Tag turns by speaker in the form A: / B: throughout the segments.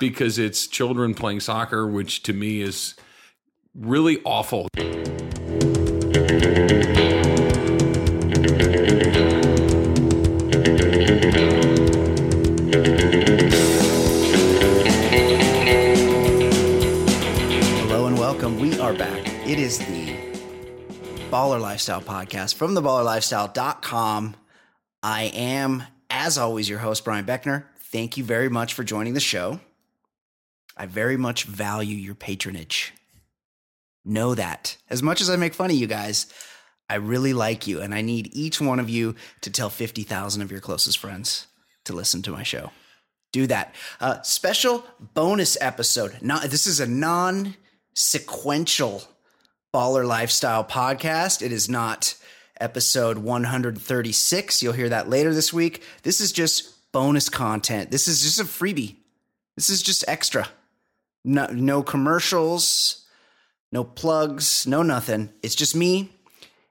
A: because it's children playing soccer, which to me is really awful.
B: Hello and welcome. We are back. It is the Baller Lifestyle Podcast from theballerlifestyle.com. I am, as always, your host, Brian Beckner. Thank you very much for joining the show. I very much value your patronage. Know that. As much as I make fun of you guys, I really like you, and I need each one of you to tell 50,000 of your closest friends to listen to my show. Do that. Uh, special bonus episode. Not, this is a non sequential Baller Lifestyle podcast. It is not episode 136. You'll hear that later this week. This is just bonus content. This is just a freebie. This is just extra. No, no commercials, no plugs, no nothing. It's just me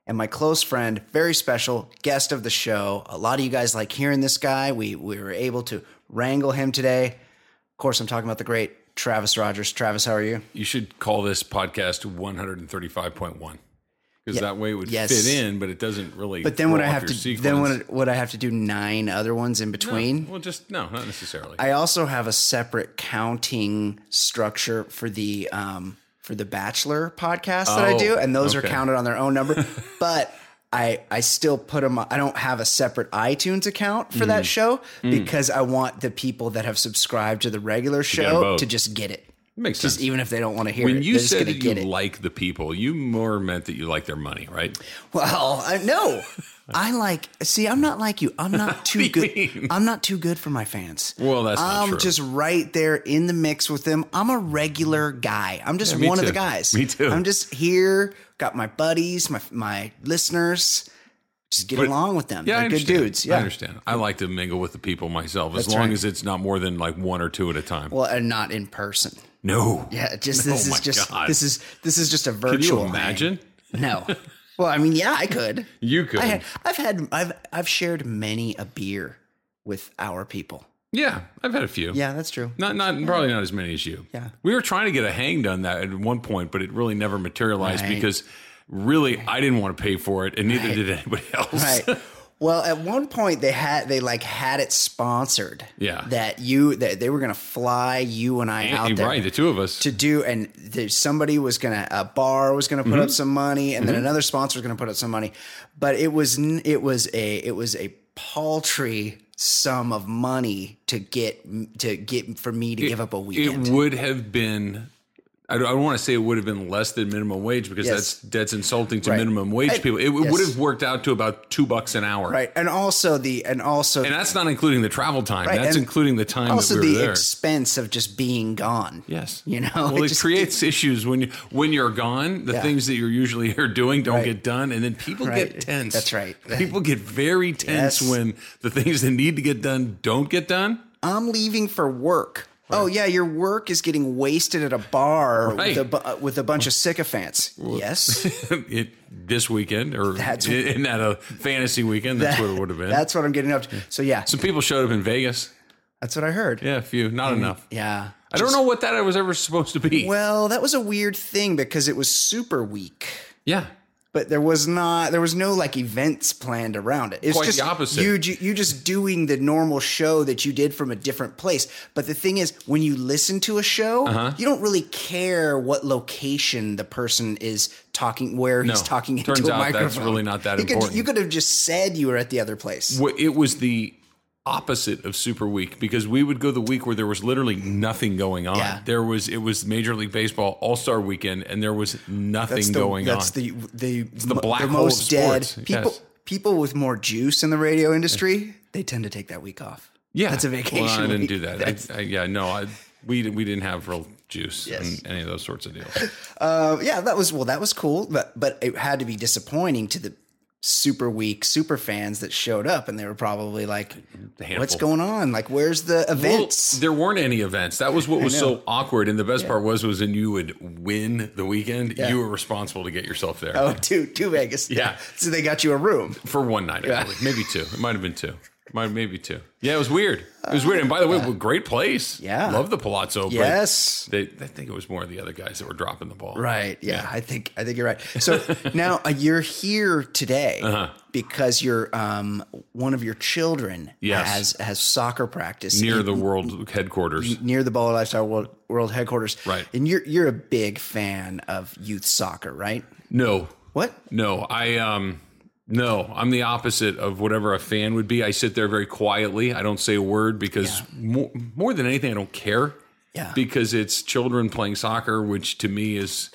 B: and my close friend, very special guest of the show. A lot of you guys like hearing this guy. We we were able to wrangle him today. Of course, I'm talking about the great Travis Rogers. Travis, how are you?
A: You should call this podcast 135.1 because that way it would
B: Yes.
A: fit in, but it doesn't really.
B: But then would
A: throw
B: I
A: off
B: have
A: your
B: to
A: sequence.
B: then would, would I have to do nine other ones in between?
A: Well, just no, not necessarily.
B: I also have a separate counting structure for the um, for the Bachelor podcast that I
A: Oh,
B: do, and those are
A: okay.
B: counted on their own number. but I I still put them. I don't have a separate iTunes account for
A: Mm.
B: that show because I want the people that have subscribed to the regular
A: get 'em
B: show
A: both.
B: to just get it,
A: Makes
B: just
A: sense.
B: even if they don't want to hear
A: when
B: it.
A: you
B: they're just
A: said
B: gonna
A: that you
B: get it.
A: like the people, you more meant that you like their money, right?
B: Well, I, no, I like. See, I'm not like you. I'm not too good. I'm not too good for my fans.
A: Well, that's not
B: I'm
A: true.
B: just right there in the mix with them. I'm a regular guy. I'm just
A: Yeah, me
B: one of
A: too.
B: the guys.
A: Me too.
B: I'm just here. Got my buddies, my my listeners. Just get
A: But-
B: along with them.
A: Yeah, I
B: They're good
A: understand.
B: dudes. Yeah,
A: I understand. I like to mingle with the people myself as
B: That's
A: long
B: right.
A: as it's not more than like one or two at a time.
B: Well, and not in person.
A: no.
B: Yeah, just
A: No,
B: this
A: Oh my
B: is just
A: God.
B: this is this is just a virtual.
A: Can you
B: hang.
A: imagine?
B: No. Well, I mean, yeah, I could.
A: You could.
B: I had, I've had I've I've shared many a beer with our people.
A: Yeah, I've had a few.
B: Yeah, that's true.
A: Not, not probably not as many as you.
B: Yeah.
A: we were trying to get a hang done that at one point, but it really never materialized
B: Right.
A: because really I didn't want to pay for it, and neither did anybody else.
B: Right. Well, at one point they had they like had it sponsored.
A: Yeah.
B: That you that they were gonna fly you and I out
A: And-
B: there.
A: right, the two of us.
B: to do and there, somebody was gonna a bar was gonna put
A: Mm-hmm.
B: up some money and then another sponsor was gonna put up some money but it was n- it was a it was a paltry sum of money to get to get for me to give up a weekend
A: It would have been. I don't, I don't want to say it would have been less than minimum wage because
B: Yes.
A: that's that's insulting to
B: Right.
A: minimum wage
B: Hey,
A: people. It w-
B: yes.
A: would have worked out to about two bucks an hour,
B: right and also the and also
A: And that's not including the travel time.
B: Right,
A: That's
B: and
A: including the time
B: also
A: that we were
B: the
A: there.
B: expense of just being gone
A: Yes.
B: you know
A: Well,
B: It
A: it,
B: just-
A: creates issues when you when you're gone. The
B: Yeah.
A: things that you're usually here doing don't
B: Right.
A: get done, and then people
B: Right.
A: get tense.
B: That's right.
A: People get very tense
B: Yes.
A: when the things that need to get done don't get done.
B: i'm leaving for work Oh yeah, your work is getting wasted at a bar
A: Right.
B: with, a, bu- uh, with a bunch of sycophants. yes,
A: it this weekend or
B: That's-
A: in that a fantasy weekend. That's what it would have been.
B: That's what I'm getting up to. So yeah,
A: Some people showed up in Vegas.
B: that's what I heard.
A: Yeah, a few, not enough.
B: Mm. Yeah.
A: I don't know what that was ever supposed to be.
B: Well, that was a weird thing because it was super weak,
A: yeah,
B: but there was not there was no like events planned around it. It's
A: Quite the
B: just
A: opposite.
B: You ju- you just doing the normal show that you did from a different place. But the thing is, when you listen to a show,
A: Uh-huh.
B: you don't really care what location the person is talking, where he's
A: No.
B: talking
A: Turns
B: into a
A: out that's
B: microphone.
A: really not that
B: you Could,
A: important.
B: you could have just said you were at the other place.
A: Well, it was the opposite of Super Week because we would go the week where there was literally nothing going on.
B: Yeah.
A: There was it was Major League Baseball All Star Weekend, and there was nothing
B: that's the,
A: going
B: that's
A: on.
B: the the,
A: the
B: mo-
A: black hole of
B: most dead
A: sports.
B: people.
A: Yes.
B: People with more juice in the radio industry, they tend to take that week off.
A: yeah,
B: that's a vacation.
A: Well, I didn't
B: week.
A: do that. I, I, yeah, no, I, we we didn't have real juice and any of those sorts of deals.
B: Uh, yeah, that was well, that was cool, but but it had to be disappointing to the super weak super fans that showed up, and they were probably like,
A: handful.
B: "What's going on? Like, where's the events?"
A: Well, there weren't any events. That was what was so awkward. And the best part was was when you would win the weekend, you were responsible to get yourself there
B: oh, to to Vegas.
A: Yeah.
B: so they got you a room.
A: for one night, actually. maybe two. It might have been two. Might maybe two. Yeah, it was weird. It was weird. And by the way, well, great place.
B: Uh, Yeah.
A: love the Palazzo. but
B: Yes.
A: they, I think it was more of the other guys that were dropping the ball.
B: Right. Yeah, I think I think you're right. So now uh, you're here today
A: Uh-huh.
B: because your um one of your children
A: Yes.
B: has has soccer practice
A: near
B: in-
A: the world headquarters.
B: near the Baller Lifestyle World, World headquarters.
A: Right.
B: And you're you're a big fan of youth soccer, right?
A: No,
B: What?
A: No, I um no, I'm the opposite of whatever a fan would be. I sit there very quietly. I don't say a word because more, more than anything I don't care.
B: Yeah.
A: Because it's children playing soccer, which to me is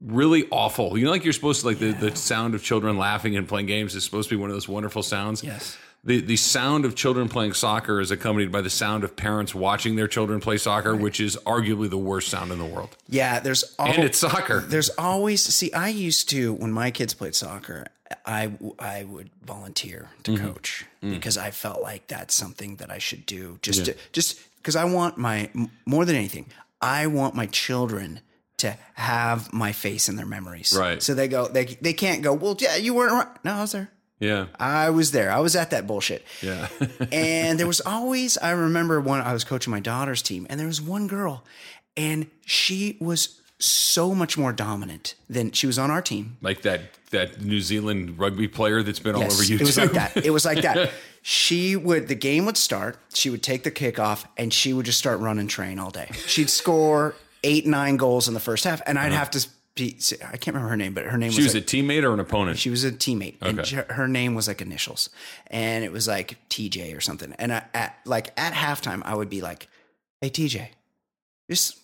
A: really awful. You know like you're supposed to like the, the sound of children laughing and playing games is supposed to be one of those wonderful sounds.
B: Yes.
A: The, the sound of children playing soccer is accompanied by the sound of parents watching their children play soccer, which is arguably the worst sound in the world.
B: Yeah, there's all,
A: And it's soccer.
B: There's always see. I used to when my kids played soccer. I I would volunteer to
A: Mm-hmm.
B: coach
A: Mm.
B: because I felt like that's something that I should do. Just to, just because I want my m- more than anything, I want my children to have my face in their memories.
A: Right.
B: So they go. They they can't go. Well, yeah, you weren't. Right. No, I was there.
A: Yeah.
B: I was there. I was at that bullshit.
A: Yeah.
B: and there was always I remember when I was coaching my daughter's team, and there was one girl, and she was so much more dominant than she was on our team.
A: like that that New Zealand rugby player that's been all
B: Yes,
A: Oh, over YouTube.
B: it was like that. It was like that. She would the game would start. She would take the kickoff, and she would just start running train all day. She'd score eight nine goals in the first half, and I'd have to. Be, I can't remember her name, but her name
A: Uh-huh. She
B: was
A: was
B: like-
A: a teammate or an opponent.
B: She was a teammate, and
A: Okay.
B: j- her name was like initials, and it was like TJ or something. And I, at like at halftime, I would be like, "Hey TJ, just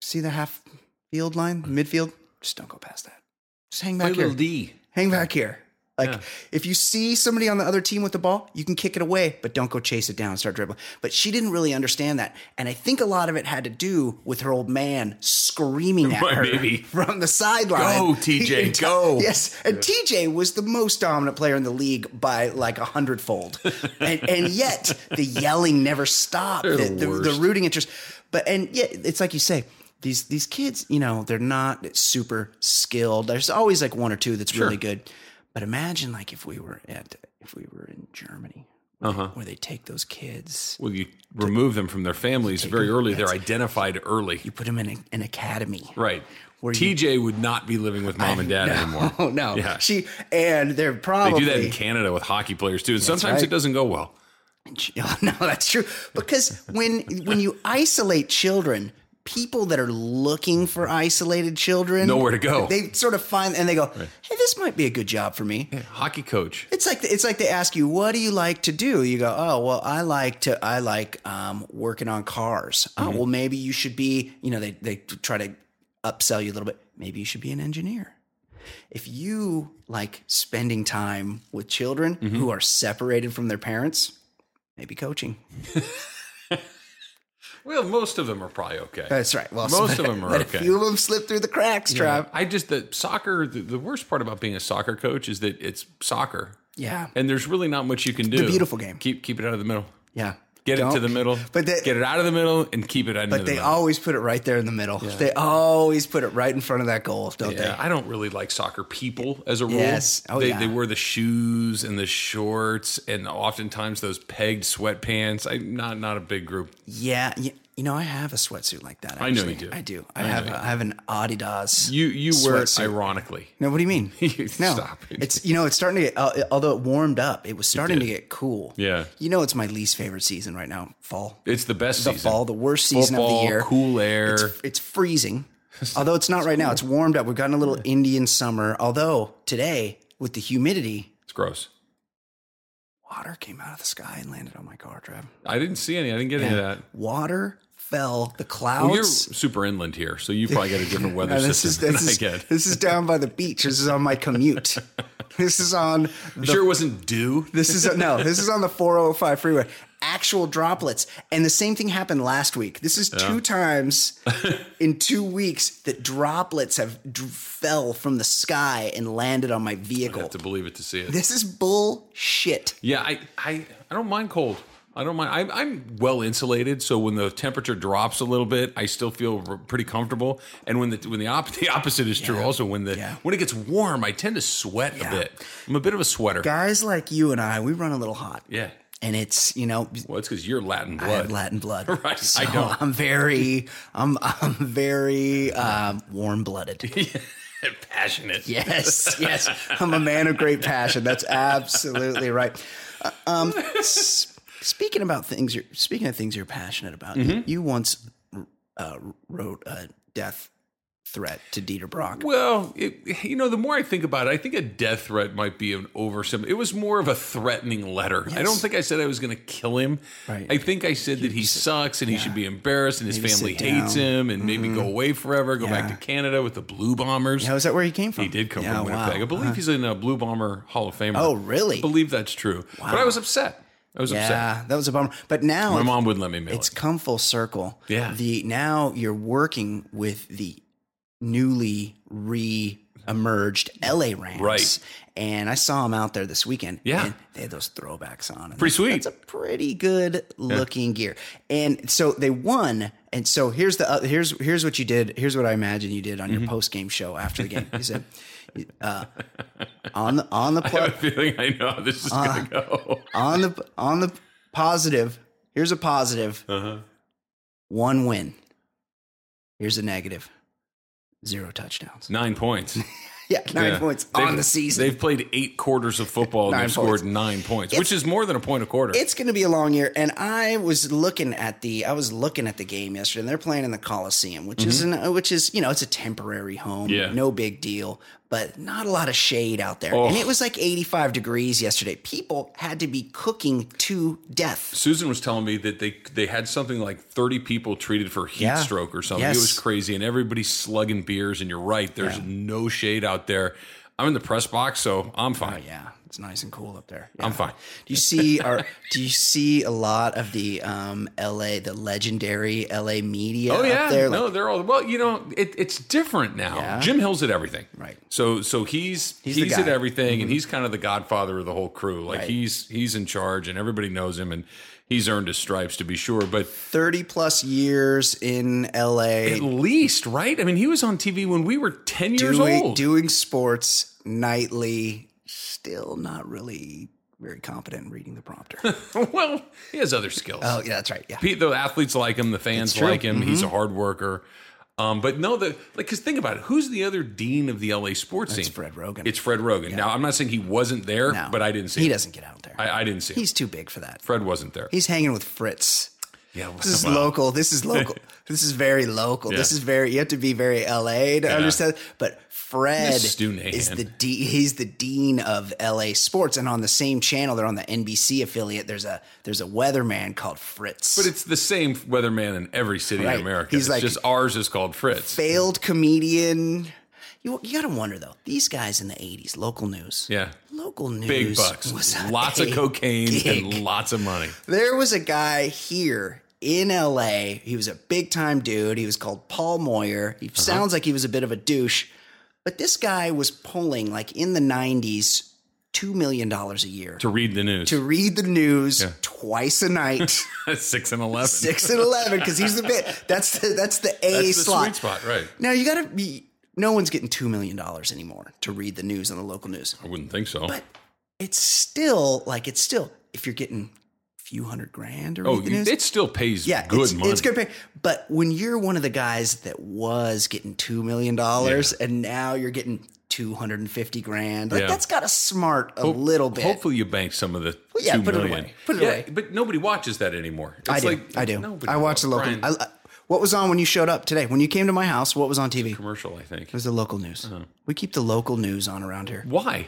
B: see the half field line, midfield. Just don't go past that. Just hang back here.
A: D.
B: Hang back here. Like
A: Yeah.
B: if you see somebody on the other team with the ball, you can kick it away, but don't go chase it down and start dribbling. But she didn't really understand that, and I think a lot of it had to do with her old man screaming at
A: My
B: her
A: baby.
B: from the sideline.
A: Go, TJ,
B: And-
A: go.
B: Yes, and TJ was the most dominant player in the league by like a hundredfold, and, and yet the yelling never stopped.
A: They're
B: The,
A: the
B: the, the
A: worst.
B: rooting interest, but and yet it's like you say. These, these kids, you know, they're not super skilled. There's always like one or two that's really good. But imagine like if we were at if we were in Germany, where,
A: Uh-huh.
B: they, where they take those kids,
A: Well, you remove them from their families very early. They're identified early.
B: you put them in a, an academy,
A: Right.
B: Where you-
A: TJ would not be living with mom and dad anymore.
B: Oh no,
A: Yeah.
B: she and they're
A: They
B: probably
A: do that in Canada with hockey players too. And sometimes
B: right.
A: it doesn't go well.
B: Oh, no, that's true. Because when when you isolate children, people that are looking for isolated children
A: Nowhere to go.
B: They sort of find and they go, "Hey, this might be a good job for me."
A: Hockey coach.
B: It's like it's like they ask you, "What do you like to do?" You go, "Oh, well, I like to I like um, working on cars." Oh,
A: Mm-hmm.
B: well, maybe you should be. You know, they they try to upsell you a little bit. Maybe you should be an engineer. If you like spending time with children
A: Mm-hmm.
B: who are separated from their parents, maybe coaching.
A: Well, most of them are probably okay.
B: That's right. Well,
A: Most of 'em are
B: but
A: okay.
B: A few of them slip through the cracks, Trav.
A: I just the soccer. The, the worst part about being a soccer coach is that it's soccer,
B: Yeah.
A: and there's really not much you can do.
B: beautiful game.
A: Keep keep it out of the middle.
B: Yeah.
A: Get it to
B: Don't-
A: the middle.
B: but they-
A: get it out of the middle and keep it.
B: But they
A: middle.
B: always put it right there in the middle. They always put it right in front of that goal, don't
A: Yeah, I don't really like soccer people as a rule.
B: Yes. Oh,
A: they,
B: yeah.
A: they wear the shoes and the shorts and oftentimes those pegged sweatpants. I'm not not a big group.
B: they? Yeah. y- You know, I have a sweatsuit like that.
A: I know you
B: actually.
A: do.
B: I do. I, have. A, I have an Adidas.
A: You you wear it
B: sweatsuit.
A: ironically.
B: No, what do you mean?
A: You-
B: no,
A: stop it.
B: it's you know it's starting to get. Uh, although it warmed up, it was starting to get cool.
A: Yeah.
B: you know it's my least favorite season right now. Fall,
A: It's the best
B: the
A: season.
B: fall, the worst season
A: Football,
B: of the year.
A: Cool air.
B: It's, it's freezing. Although it's not right now. It's warmed up. We've gotten a little Indian summer. Although today, with the humidity,
A: it's gross.
B: water came out of the sky and landed on my car, Trav.
A: I didn't see any. I didn't get any of that.
B: Water fell. The
A: Well, you're
B: clouds.
A: super inland here, so you probably got a different weather
B: Uh, this is
A: system
B: this is,
A: than I get.
B: this is down by the beach. This is on my commute. this is on
A: You sure it wasn't dew?
B: This is no. This is on the 405 freeway. Actual droplets, and the same thing happened last week. This is two times in two weeks that droplets have d- fell from the sky and landed on my
A: I
B: vehicle.
A: have to believe it to see it.
B: This is bullshit.
A: Yeah, I, I, I don't mind cold. I don't mind. I'm, I'm well insulated, so when the temperature drops a little bit, I still feel r- pretty comfortable. And when the when the, op- the opposite is true, also when the
B: Yeah.
A: when it gets warm, I tend to sweat
B: Yeah.
A: a bit. I'm a bit of a sweater.
B: Guys like you and I, we run a little hot.
A: Yeah.
B: and it's you know
A: Well, it's because you're Latin
B: I have
A: blood.
B: Latin blood.
A: Right, I
B: So
A: don't.
B: I'm very, I'm, I'm very um, warm blooded.
A: Passionate.
B: Yes, yes. I'm a man of great passion. That's absolutely right. Uh, Um, s- speaking about things, you're speaking of things you're passionate about.
A: Mm-hmm.
B: You once uh, wrote a death threat to Dieter Brock.
A: Well, it, you know, the more I think about it, I think a death threat might be an oversim. It was more of a threatening letter. I don't think I said I was going to kill him.
B: Right.
A: I think I said that he sucks and he should be embarrassed and his
B: Maybe
A: family
B: sit
A: hates
B: down. Mm-hmm.
A: him and maybe go away forever, go back
B: Yeah.
A: to Canada with the Blue Bombers.
B: How is that where he came from?
A: He did come
B: Yeah,
A: from Winnipeg. I
B: wow.
A: believe he's in a Blue Bomber Hall of Fame.
B: Oh, really?
A: I believe that's true. But I was upset. I was upset.
B: Yeah, that was a bummer. But now
A: My
B: it's-
A: mom wouldn't let me mail
B: it's
A: it.
B: come full circle.
A: Yeah.
B: The now you're working with the newly re-emerged LA Rams.
A: Right.
B: And I saw them out there this weekend.
A: Yeah.
B: And they had those throwbacks on. and
A: Pretty sweet.
B: That's a pretty good looking gear. And so they won. And so here's the uh, here's here's what you did. Here's what I imagine you did on
A: Mm-hmm.
B: your post game show after the game. You said uh, on the on the
A: I have
B: plug
A: a feeling I know how this is
B: Uh.
A: going to go.
B: on the on the positive. Here's a positive.
A: Uh-huh.
B: One win. Here's a negative. Zero touchdowns.
A: Nine points.
B: Yeah, nine
A: Yeah.
B: points
A: They've-
B: on the season.
A: They've played eight quarters of football and
B: Nine
A: they've
B: points.
A: scored nine points, which is more than a point a quarter.
B: It's going to be a long year, and I was looking at the I was looking at the game yesterday. And they're playing in the Coliseum, which is an, uh, which is you know it's a temporary home,
A: Mm-hmm. Yeah.
B: no big deal, but not a lot of shade out there.
A: Oh.
B: And it was like 85 degrees yesterday. People had to be cooking to death.
A: Susan was telling me that they they had something like 30 people treated for heat
B: Yeah.
A: stroke or something.
B: Yes.
A: It was crazy and everybody's slugging beers and you're right, there's no shade out there. I'm in the press box, so I'm fine.
B: Oh, Yeah, it's nice and cool up there.
A: I'm fine.
B: Do you see our do you see a lot of the um LA the legendary LA media
A: Oh yeah,
B: up there?
A: no,
B: Like,
A: they're all well. You know, it, it's different now. Jim Hill's at everything,
B: Right.
A: So, so he's he's,
B: He's the guy. Mm-hmm.
A: at everything, and he's kind of the godfather of the whole crew. Like
B: Right.
A: he's he's in charge, and everybody knows him, and he's earned his stripes to be sure. But
B: 30 plus years in LA
A: at least, right? I mean, he was on TV when we were ten years
B: doing
A: old.
B: doing sports nightly, still not really very competent in reading the prompter. oh
A: well, he has other skills.
B: yeah, that's right. Yeah.
A: Pete, the athletes like him, the fans like him. He's
B: Mm-hmm.
A: a hard worker. Um, but no, the like, because think about it. Who's the other dean of the LA sports
B: It's
A: scene?
B: Fred Rogan.
A: It's Fred Rogan. Now, I'm not saying he wasn't there,
B: No.
A: but I didn't see.
B: He
A: him.
B: doesn't get out there.
A: I, I didn't see. him.
B: He's too big for that.
A: Fred wasn't there.
B: He's hanging with Fritz.
A: yeah,
B: This is local. This is local. this is very local. This
A: Yeah.
B: is very. You have to be very LA to understand. But Fred
A: Miss Stu Nahan.
B: is the de- he's the dean of LA sports, and on the same channel, they're on the NBC affiliate. There's a there's a weatherman called Fritz.
A: But it's the same weatherman in every city
B: Right.
A: in America.
B: He's
A: it's
B: like-
A: just ours is called Fritz.
B: failed comedian. You, you got to wonder though. These guys in the '80s, local news.
A: yeah.
B: Local news.
A: Big bucks.
B: was a
A: Lots of cocaine
B: gig.
A: and lots of money.
B: There was a guy here in LA. He was a big time dude. He was called Paul Moyer.
A: Uh-huh.
B: He sounds like he was a bit of a douche, but this guy was pulling like in the 90s two million dollars a year
A: to read the news.
B: to read the news
A: Yeah.
B: twice a night,
A: Six and eleven.
B: six and eleven, because he's the bit. That's the that's the A
A: That's the
B: slot.
A: sweet spot, right?
B: Now you got to be. No one's getting two million dollars anymore to read the news on the local news.
A: I wouldn't think so.
B: But it's still like it's still if you're getting a few hundred grand or
A: oh,
B: the
A: you,
B: news,
A: it still pays
B: yeah,
A: good
B: it's,
A: money.
B: it's good pay. But when you're one of the guys that was getting two million dollars and now you're getting two hundred and fifty grand, like
A: Yeah.
B: that's got to smart a
A: Hope-
B: little bit.
A: Hopefully, you bank some of the
B: Well, yeah,
A: two
B: put it
A: million.
B: away. Put it
A: Yeah,
B: away.
A: But nobody watches that anymore. It's
B: I do.
A: like
B: I do.
A: nobody
B: I watch the
A: watches-
B: local. I,
A: Brian,
B: I- what was on when you showed up today? When you came to my house, what was on TV? It
A: commercial. I think.
B: was the local news.
A: Uh-huh.
B: We keep the local news on around here.
A: Why?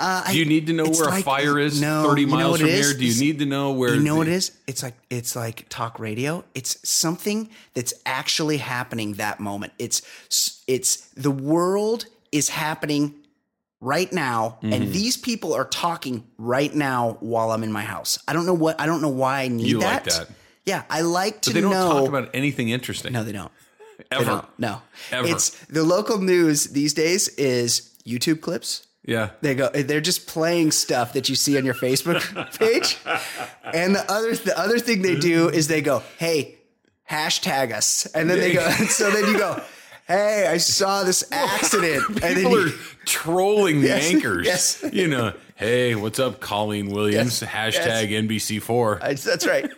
B: Uh, I-
A: Do you need to know
B: it's
A: where a
B: like-
A: fire is
B: no,
A: 30
B: you know
A: miles
B: what it
A: from
B: is?
A: here? Do you
B: It's-
A: need to know where
B: You know
A: the-
B: what it is? It's like it's like talk radio. It's something that's actually happening that moment. It's it's the world is happening right now
A: Mm-hmm.
B: and these people are talking right now while I'm in my house. I don't know what I don't know why I need
A: You like
B: that.
A: that.
B: Yeah, I like to
A: But they don't
B: know
A: talk about anything interesting.
B: No, they don't.
A: ever.
B: They don't. No.
A: Ever.
B: It's the local news these days is YouTube clips.
A: Yeah.
B: They go. They're just playing stuff that you see on your Facebook page. And the other the other thing they do is they go, "Hey, hashtag us," and then they go. So then you go, "Hey, I saw this accident," and then
A: People
B: you,
A: are trolling the
B: Yes,
A: anchors.
B: yes.
A: You know, hey, what's up, Colleen Williams?
B: Yes,
A: Hashtag NBC4.
B: I- that's right.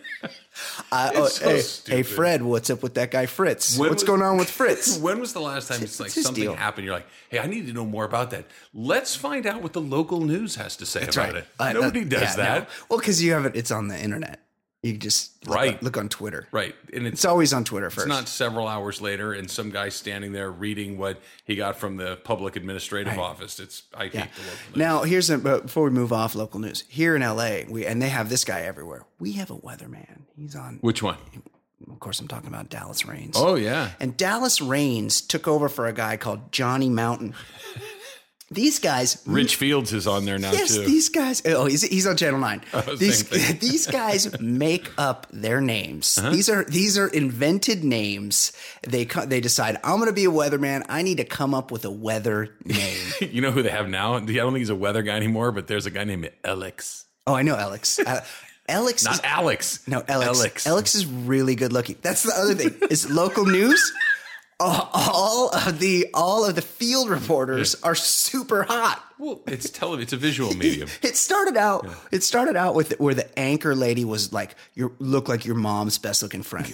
B: Uh, oh,
A: It's so
B: hey, hey,
A: stupid.
B: Fred, what's up with that guy Fritz?
A: When
B: what's
A: was-
B: going on with Fritz?
A: when was the last time it's like
B: it's his
A: something
B: deal.
A: happened? You're like, hey, I need to know more about that. Let's find out what the local news has to say about it.
B: Uh,
A: Nobody does
B: yeah,
A: that.
B: no. Well, because you have it. It's on the internet. You just look-
A: Right.
B: look on Twitter.
A: Right. And it's,
B: It's always on Twitter first.
A: It's not several hours later and some guy standing there reading what he got from the public administrative office. It's I hate the local news.
B: Now, here's a, but before we move off local news. Here in LA, we and they have this guy everywhere. We have a weatherman. He's on.
A: Which one?
B: Of course, I'm talking about Dallas Rains.
A: Oh yeah.
B: And Dallas Rains took over for a guy called Johnny Mountain. These guys,
A: Rich Fields is on there now
B: yes,
A: too. Oh,
B: these guys. Oh, he's, he's on Channel Nine.
A: same
B: these
A: thing. Uh-huh.
B: these guys make up their names. These are these are invented names. They co- they decide I'm going to be a weatherman. I need to come up with a weather name.
A: you know who they have now? I don't think he's a weather guy anymore, but there's a guy named Alex.
B: oh, I know Alex. Uh, Alex is-
A: Not Alex.
B: No, Alex. Alex.
A: Alex.
B: is really good looking. That's the other thing. Is local news. All- All of the all of the field reporters are super hot.
A: Well, it's tele it's a visual medium.
B: It started out. It started out with where the anchor lady was like, "You look like your mom's best looking friend."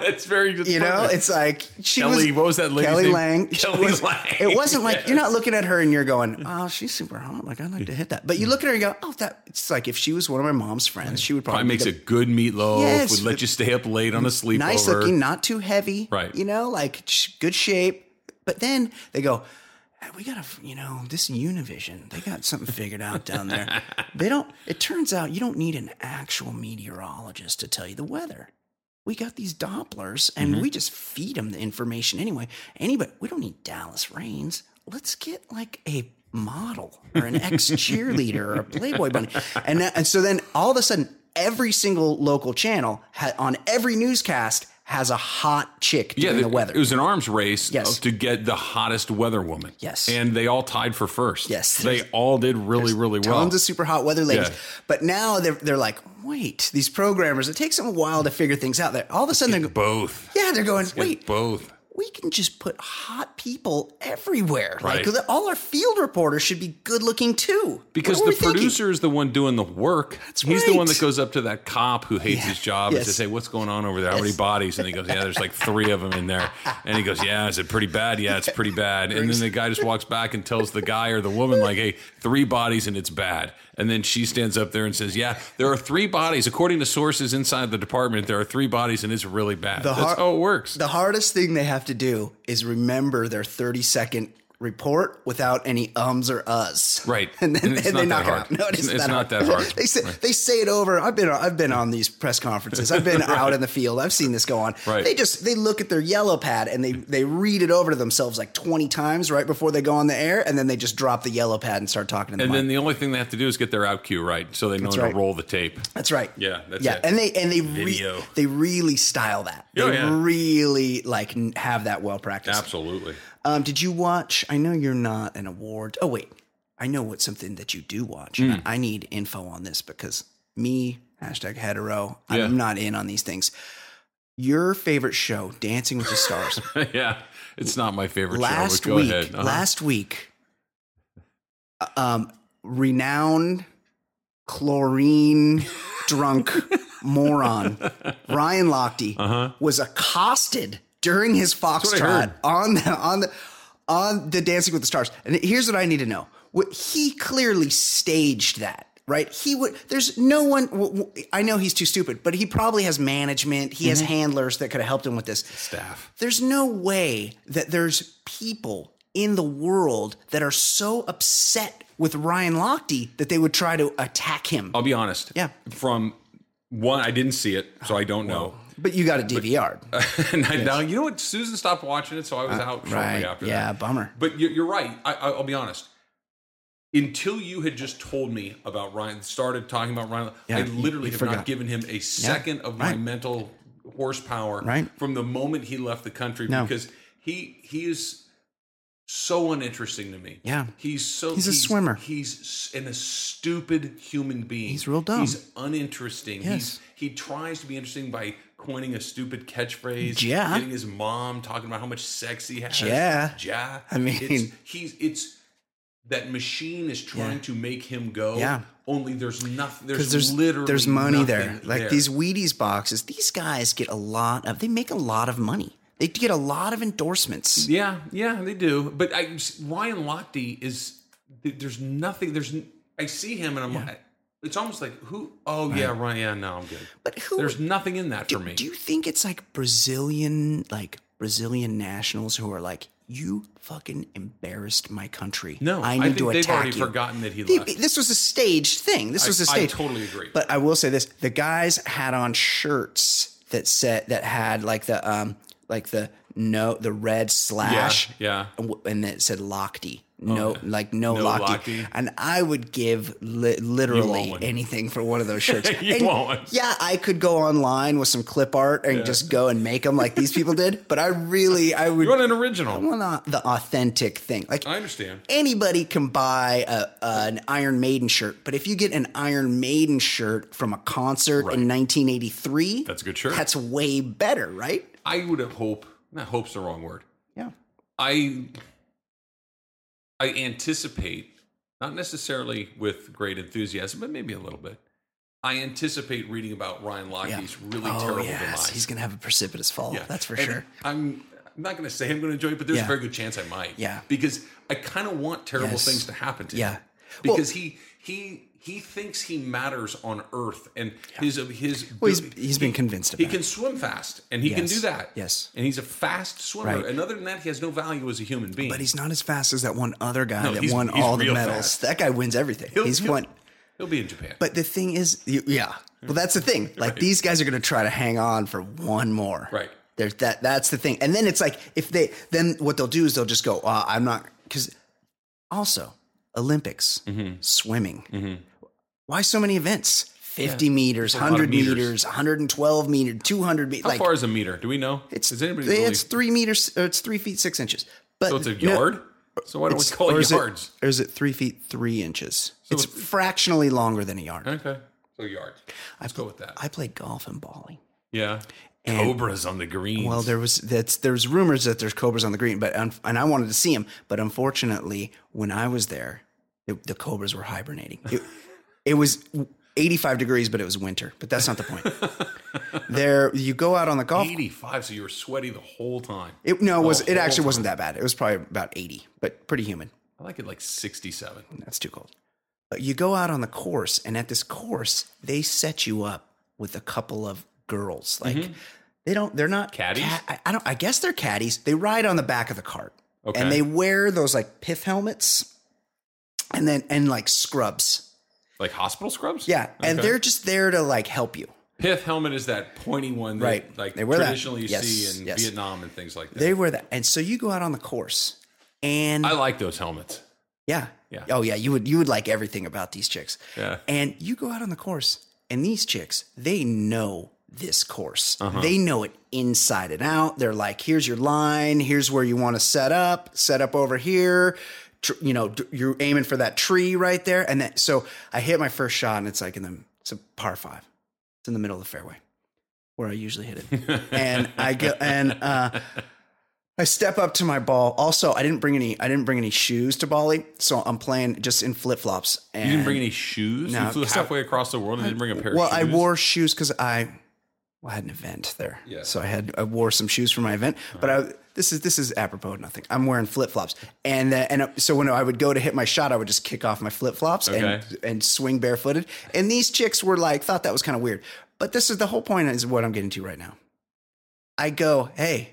A: it's very good.
B: You know, it's like she
A: Kelly-
B: was
A: what was that lady's
B: Kelly
A: name?
B: Lang.
A: Kelly
B: It was-
A: Lang.
B: It wasn't like you're not looking at her and you're going, "Oh, she's super hot." Like I'd like to hit that, but you look at her and go, "Oh, that." It's like if she was one of my mom's friends, she would probably
A: probably makes
B: be the
A: a good meatloaf,
B: Yes.
A: would let you stay up late on a sleepover.
B: nice looking, not too heavy.
A: Right.
B: You know, like sh- good shape. But then they go, "Ah, we got to, you know, this Univision, they got something figured out down there. They don't, it turns out you don't need an actual meteorologist to tell you the weather. We got these Dopplers and
A: Mm-hmm.
B: we just feed them the information anyway. Anybody, we don't need Dallas Rains. Let's get like a model or an ex cheerleader or a Playboy bunny. And, that, and so then all of a sudden, every single local channel ha- on every newscast has a hot chick doing the
A: th-
B: weather.
A: It was an arms race
B: Yes.
A: to get the hottest weather woman.
B: Yes.
A: And they all tied for first.
B: Yes.
A: They all did really, really well.
B: Tons of super hot weather ladies.
A: Yeah.
B: But now they're, they're like, wait, these programmers, it takes them a while to figure things out. They're, all of a sudden, they're, go-
A: both.
B: yeah, they're going,
A: Get
B: wait,
A: both.
B: we can just put hot people everywhere.
A: Right.
B: Like all our field reporters should be good looking too.
A: Because
B: What were
A: the
B: we thinking?
A: producer is the one doing the work.
B: That's
A: He's the one
B: right.
A: that goes up to that cop who hates
B: Yeah.
A: his job
B: Yes.
A: and says, Hey, what's going on over there? How many
B: Yes.
A: bodies? And he goes, Yeah, there's like three of them in there. And he goes, Yeah, is it pretty bad? Yeah, it's pretty bad. And then the guy just walks back and tells the guy or the woman, like, hey, three bodies and it's bad. And then she stands up there and says, Yeah, there are three bodies. According to sources inside the department, there are three bodies and it's really bad.
B: The
A: That's
B: har-
A: how it works.
B: The hardest thing they have to do is remember their 30 second report without any ums or uhs.
A: Right.
B: And then
A: And it's
B: and they
A: not
B: knock
A: that
B: it
A: hard.
B: out. No, it
A: It's-
B: isn't
A: it's
B: that
A: not
B: hard.
A: that hard.
B: they, say, they say it over. I've been, I've been on these press conferences. I've been out in the field. I've seen this go on.
A: Right.
B: They just, they look at their yellow pad and they, they read it over to themselves like 20 times right before they go on the air. And then they just drop the yellow pad and start talking to the
A: and
B: mic.
A: then the only thing they have to do is get their out cue right so they know how
B: right.
A: to roll the tape.
B: That's right.
A: Yeah, that's
B: yeah,
A: it.
B: and they and they re-
A: Video.
B: they really style that. They
A: Oh, yeah.
B: really like n- have that well practiced.
A: Absolutely.
B: Um, did you watch? I know you're not an award. Oh wait, I know what's something that you do watch.
A: Mm.
B: I, I need info on this because me, hashtag hetero,
A: Yeah.
B: I'm not in on these things. Your favorite show, Dancing with the Stars.
A: yeah, it's not my favorite
B: last
A: show. But go
B: week,
A: ahead. Uh-huh.
B: last week, uh, um, renowned chlorine drunk moron Ryan Lochte was accosted during his
A: Uh-huh. what I heard.
B: foxtrot on the on the on the Dancing with the Stars. And here's what I need to know: what he clearly staged that. Right, he would. There's no one. W- w- I know he's too stupid, but he probably has management. He has handlers that could have helped him with this
A: Mm-hmm. staff.
B: there's no way that there's people in the world that are so upset with Ryan Lochte that they would try to attack him.
A: I'll be honest.
B: Yeah.
A: From one, I didn't see it, so I don't know.
B: But you got a DVR,
A: and I, now, you know what? Susan stopped watching it, so I was out shortly
B: Uh, right?
A: after that.
B: yeah, bummer.
A: But you're, you're right. I, I- I'll be honest. Until you had just told me about Ryan, started talking about Ryan, I
B: Yeah, you-
A: literally
B: you
A: have
B: forgot.
A: not given him a second of my
B: right.
A: mental horsepower
B: Right.
A: from the moment he left the country
B: No.
A: because he he is so uninteresting to me.
B: Yeah.
A: he's so
B: He's a swimmer.
A: He's s- and a stupid human being.
B: He's real dumb.
A: He's uninteresting.
B: Yes.
A: He's, he tries to be interesting by coining a stupid catchphrase.
B: Yeah.
A: getting his mom talking about how much sex he has.
B: Yeah.
A: yeah.
B: I mean-
A: it's, he's it's that machine is trying to make him go.
B: Yeah.
A: Only there's nothing. There's,
B: Because there's
A: literally
B: there's money there.
A: nothing
B: Like
A: there.
B: these Wheaties boxes, these guys get a lot of. They make a lot of money. They get a lot of endorsements.
A: Yeah, yeah, they do. But I, Ryan Lochte is th- there's nothing. There's n- I see him and I'm like, it's almost like who? Oh yeah, Ryan. Yeah, no, I'm good.
B: But who?
A: There's nothing in that
B: do,
A: for me.
B: do you think it's like Brazilian, like Brazilian nationals who are like, you fucking embarrassed my country.
A: no,
B: I
A: I,
B: need
A: think
B: to
A: they've
B: attack
A: already
B: you.
A: forgotten that he
B: The-
A: left.
B: this was a staged thing. This
A: I-
B: was a
A: I
B: stage.
A: totally agree.
B: But I will say this: the guys had on shirts that said that had like the um like the no the red slash
A: yeah. Oh,
B: and w- and it said Lochte. No, like no,
A: No
B: Lochte.
A: Lochte.
B: and I would give li- literally
A: one.
B: anything for one of those shirts.
A: You
B: And
A: want one.
B: Yeah, I could go online with some clip art and just go and make them like these people did. But I really, I would
A: you want an original?
B: I want the authentic thing. Like
A: I understand.
B: anybody can buy a, an Iron Maiden shirt, but if you get an Iron Maiden shirt from a concert in 1983,
A: That's a good shirt.
B: That's way better, right?
A: I would hope. Not hope's the wrong word.
B: Yeah.
A: I I anticipate, not necessarily with great enthusiasm, but maybe a little bit. I anticipate reading about Ryan Lochte's really
B: oh,
A: terrible
B: yes.
A: demise.
B: He's going to have a precipitous fall.
A: Yeah.
B: That's for
A: And
B: sure.
A: I'm I'm not going to say I'm going to enjoy it, but there's
B: Yeah.
A: a very good chance I might.
B: Yeah.
A: Because I kind of want terrible
B: Yes.
A: things to happen to
B: Yeah.
A: him.
B: Well-
A: Because he he he thinks he matters on Earth, and his his
B: Well, he's- he's been convinced of
A: he
B: that.
A: can swim fast, and he can
B: Yes.
A: do that.
B: Yes.
A: And he's a fast swimmer.
B: Right.
A: And other than that, he has no value as a human being.
B: But he's not as fast as that one other guy
A: No,
B: that
A: he's-
B: won
A: he's
B: all the
A: real
B: medals.
A: fast.
B: That guy wins everything.
A: He'll-
B: he's
A: he'll-
B: won.
A: he'll be in Japan.
B: But the thing is, you- yeah. Well, that's the thing. Like these guys are going to try to hang on for one more.
A: Right.
B: There's that. That's the thing. And then it's like if they then what they'll do is they'll just go, uh, I'm not because also Olympics
A: Mm-hmm.
B: swimming. Why so many events? Fifty meters,
A: a lot of
B: hundred meters.
A: meters.
B: 112 meters, 200 meters.
A: How
B: Like
A: far is a meter? Do we know?
B: it's
A: Does anybody
B: it's
A: really,
B: three meters. Or it's three feet six inches. But
A: so it's a
B: no,
A: yard? so why don't we
B: it's-
A: call
B: or
A: it
B: is
A: yards?
B: It, or is it three feet three inches? it's
A: it's-
B: fractionally longer than a yard.
A: okay. So yards. Let's go with that.
B: I played golf in Bali.
A: yeah.
B: And-
A: Cobras on the green.
B: Well, there was that's there's rumors that there's cobras on the green, but un, and I wanted to see them, but unfortunately, when I was there, the, the cobras were hibernating. It, it was 85 degrees, but it was winter. But that's not the point. there, you go out on the golf.
A: 85, so you were sweaty the whole time.
B: It, no, it was
A: The
B: it
A: Oh, whole
B: actually wasn't
A: time.
B: that bad. It was probably about 80, but pretty humid.
A: I like it like 67.
B: That's too cold. But you go out on the course, and at this course, they set you up with a couple of girls. Like they don't, they're not
A: Mm-hmm. Caddies?
B: I, I don't. I guess they're caddies. They ride on the back of the cart,
A: Okay.
B: and they wear those like pith helmets, and then and like scrubs.
A: Like hospital scrubs?
B: Yeah, and
A: Okay.
B: they're just there to like help you.
A: Pith helmet is that pointy one that
B: Right.
A: like
B: They wear that.
A: traditionally you
B: Yes,
A: see in
B: yes.
A: Vietnam and things like that.
B: They wear that, and so you go out on the course, and
A: I like those helmets.
B: Yeah.
A: Yeah.
B: Oh yeah, you would you would like everything about these chicks.
A: Yeah.
B: And you go out on the course, and these chicks, they know this course.
A: Uh-huh.
B: They know it inside and out. They're like, here's your line, here's where you want to set up, set up over here, tr- you know, d- you're aiming for that tree right there. And then, so I hit my first shot and it's like in the, it's a par five. It's in the middle of the fairway where I usually hit it. and I go, and, uh, I step up to my ball. Also, I didn't bring any, I didn't bring any shoes to Bali. So I'm playing just in flip flops.
A: You didn't bring any shoes.
B: No,
A: you flew
B: so-
A: halfway across the world and didn't bring a pair
B: well,
A: of shoes.
B: I wore shoes because I, well, I had an event there,
A: Yeah.
B: so I had I wore some shoes for my event. But I, this is this is apropos of nothing. I'm wearing flip flops, and uh, and uh, so when I would go to hit my shot, I would just kick off my flip flops
A: Okay.
B: and and swing barefooted. And these chicks were like, thought that was kind of weird. But this is the whole point is what I'm getting to right now. I go, hey,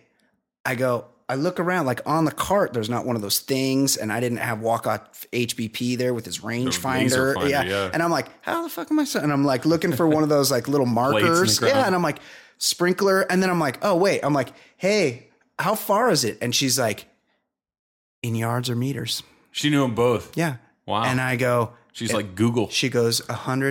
B: I go, I look around like on the cart, there's not one of those things. And I didn't have Walcott HBP there with his range finder.
A: finder,
B: yeah.
A: yeah.
B: And I'm like, how the fuck am I? so-" And I'm like looking for one of those like little
A: in the
B: markers.
A: ground.
B: Yeah. And I'm like, sprinkler. And then I'm like, oh, wait. I'm like, hey, how far is it? And she's like, in yards or meters.
A: She knew them both.
B: Yeah.
A: Wow.
B: And I go,
A: She's like Google.
B: she goes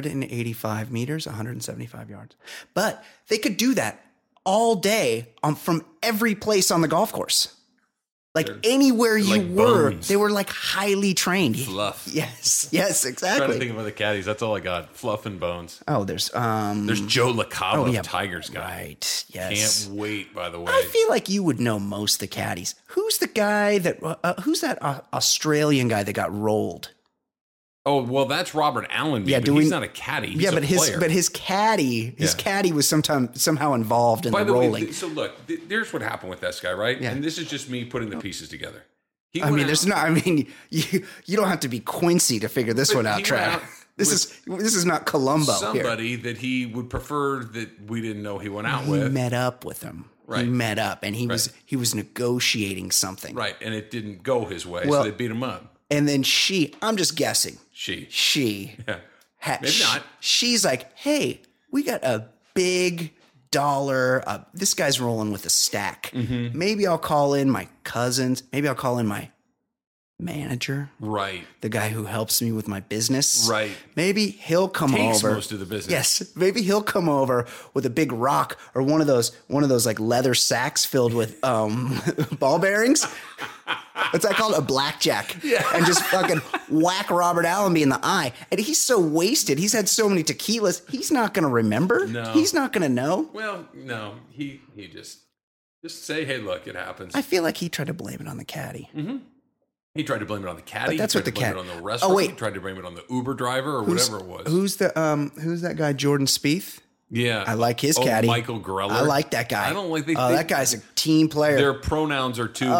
B: 185 meters, 175 yards. But they could do that all day on, from every place on the golf course. Like anywhere you
A: like
B: were,
A: bones.
B: they were like highly trained.
A: Fluff.
B: Yes,
A: Trying
B: yes,
A: to
B: exactly.
A: think of other caddies. That's all I got. Fluff and bones.
B: Oh, there's um,
A: There's Joe LaCava,
B: oh,
A: of
B: yeah.
A: Tigers guy.
B: right. Yes,
A: Can't wait. By the way,
B: I feel like you would know most of the caddies. Who's the guy that? Uh, who's that uh, Australian guy that got rolled?
A: Oh well, that's Robert Allenby.
B: Yeah,
A: but
B: do we-
A: he's not a caddy. He's
B: yeah, but
A: a
B: his
A: player.
B: but his caddy, his
A: Yeah.
B: caddy was sometime somehow involved in
A: by
B: the,
A: the
B: rolling.
A: way, th- so look, th- here's what happened with this guy, right?
B: Yeah.
A: And this is just me putting the pieces together. He
B: I
A: went
B: mean, there's
A: out-
B: not. I mean, you you don't have to be Quincy to figure this
A: But
B: one
A: he
B: out,
A: went
B: Trav.
A: out
B: This is this is not Columbo here.
A: somebody that he would prefer that we didn't know he went out
B: He
A: with,
B: met up with him.
A: Right.
B: He met up, and he was
A: Right.
B: he was negotiating something.
A: right? And it didn't go his way,
B: Well-
A: so they beat him up.
B: And then she, I'm just guessing,
A: She,
B: she,
A: yeah,
B: ha-
A: Maybe
B: sh-
A: not.
B: She's like, hey, we got a big dollar. Uh, this guy's rolling with a stack.
A: Mm-hmm.
B: Maybe I'll call in my cousins. Maybe I'll call in my manager.
A: right.
B: the guy who helps me with my business.
A: Right.
B: Maybe he'll come
A: Takes
B: over.
A: most of the business.
B: Yes. Maybe he'll come over with a big rock or one of those one of those like leather sacks filled with um ball bearings. What's that called? A blackjack. Yeah. And just fucking whack Robert Allenby in the eye. And he's so wasted. He's had so many tequilas. He's not gonna remember.
A: No.
B: He's not gonna know.
A: Well, no, he he just just say, hey, look, it happens.
B: I feel like he tried to blame it on the caddy.
A: Mm-hmm. he tried to blame it on the caddy.
B: But that's
A: he
B: what
A: tried to blame
B: the cad-
A: it on the
B: Oh,
A: restaurant.
B: wait.
A: he tried to blame it on the Uber driver or
B: Who's-
A: whatever it was.
B: Who's the um who's that guy, Jordan Spieth?
A: yeah,
B: I like his
A: oh,
B: caddy.
A: Michael Greller.
B: I like that guy.
A: I don't like they,
B: Oh,
A: they-
B: that guy's a team player.
A: Their pronouns are too we,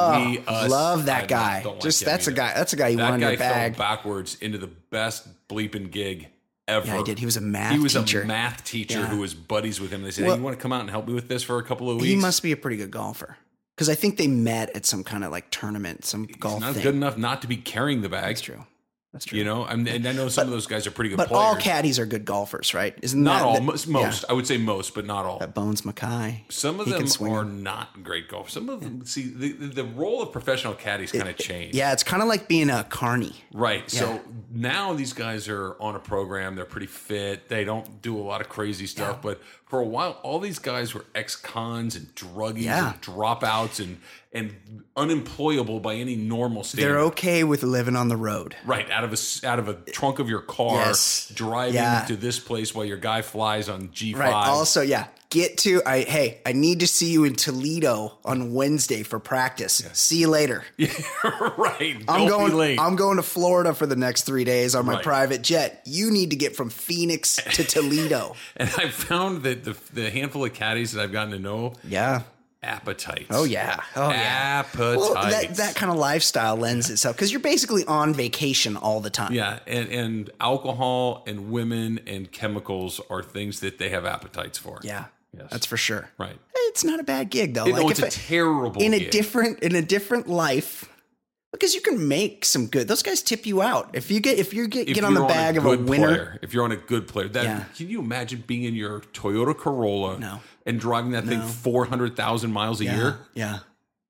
A: us.
B: Love that
A: I don't-
B: guy.
A: don't like
B: Just
A: him
B: that's a
A: either.
B: guy. That's a guy you
A: That
B: want in
A: guy
B: your bag.
A: fell backwards into the best bleeping gig ever.
B: Yeah, I did. He was a math
A: He was
B: teacher.
A: a math teacher
B: Yeah.
A: who was buddies with him. They said,
B: Well-
A: "Hey, you want to come out and help me with this for a couple of weeks?"
B: he must be a pretty good golfer because I think they met at some kind of like tournament, some golf
A: He's not
B: thing.
A: good enough not to be carrying the bag.
B: That's true. That's true.
A: You know, I mean, and I know some of those guys are pretty good
B: but
A: players.
B: all caddies are good golfers, right? Isn't
A: not
B: that,
A: all,
B: that-
A: most.
B: yeah.
A: most. I would say most, but not all.
B: That Bones Mackay.
A: Some of
B: he can
A: them
B: swing
A: are
B: them.
A: not great golfers. Some of them, see, the, the the role of professional caddies kind of changed.
B: Yeah, it's kind of like being a carny.
A: Right.
B: Yeah.
A: So now these guys are on a program. They're pretty fit. They don't do a lot of crazy stuff. But for a while, all these guys were ex cons and druggies
B: Yeah.
A: and dropouts and and unemployable by any normal standard.
B: They're okay with living on the road.
A: Right out of a s- out of a trunk of your car,
B: Yes.
A: driving
B: Yeah.
A: to this place while your guy flies on G five.
B: Right. Also, yeah. Get to I hey, I need to see you in Toledo on Wednesday for practice. See you later.
A: right.
B: I'm
A: Don't
B: going.
A: Be late.
B: I'm going to Florida for the next three days on my
A: Right.
B: private jet. You need to get from Phoenix to Toledo.
A: and I found that the the handful of caddies that I've gotten to know,
B: yeah.
A: appetites.
B: Oh yeah. Oh yeah.
A: Appetites.
B: Well, that that kind of lifestyle lends itself because you're basically on vacation all the time.
A: Yeah, and, and alcohol and women and chemicals are things that they have appetites for.
B: Yeah.
A: Yes.
B: That's for sure.
A: Right.
B: It's not a bad gig though.
A: It- no, it's
B: if
A: a terrible
B: in a
A: gig.
B: different in a different life. Because you can make some good. Those guys tip you out if you get if you get,
A: If
B: get on the
A: you're a
B: bag of a
A: good
B: winner.
A: player, if you're on a good player, that
B: Yeah.
A: can you imagine being in your Toyota Corolla
B: No.
A: and driving that thing four hundred thousand miles a
B: Yeah.
A: year?
B: Yeah.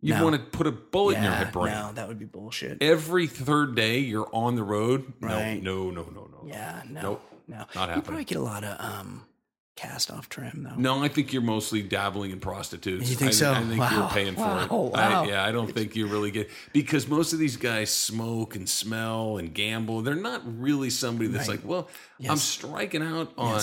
A: You
B: No.
A: would want to put a bullet in your
B: Yeah,
A: head brain.
B: no, that would be bullshit.
A: Every third day you're on the road.
B: Right.
A: No, no, no, no, no.
B: Yeah, no,
A: Nope.
B: no,
A: Not
B: You probably
A: happening.
B: get a lot of um, cast off trim though.
A: No, I think you're mostly dabbling in prostitutes.
B: You think
A: I,
B: so?
A: I think
B: Wow.
A: you're paying for it.
B: Wow,
A: I-
B: wow.
A: yeah, I don't think you really get because most of these guys smoke and smell and gamble. They're not really somebody that's like, well, I'm striking out on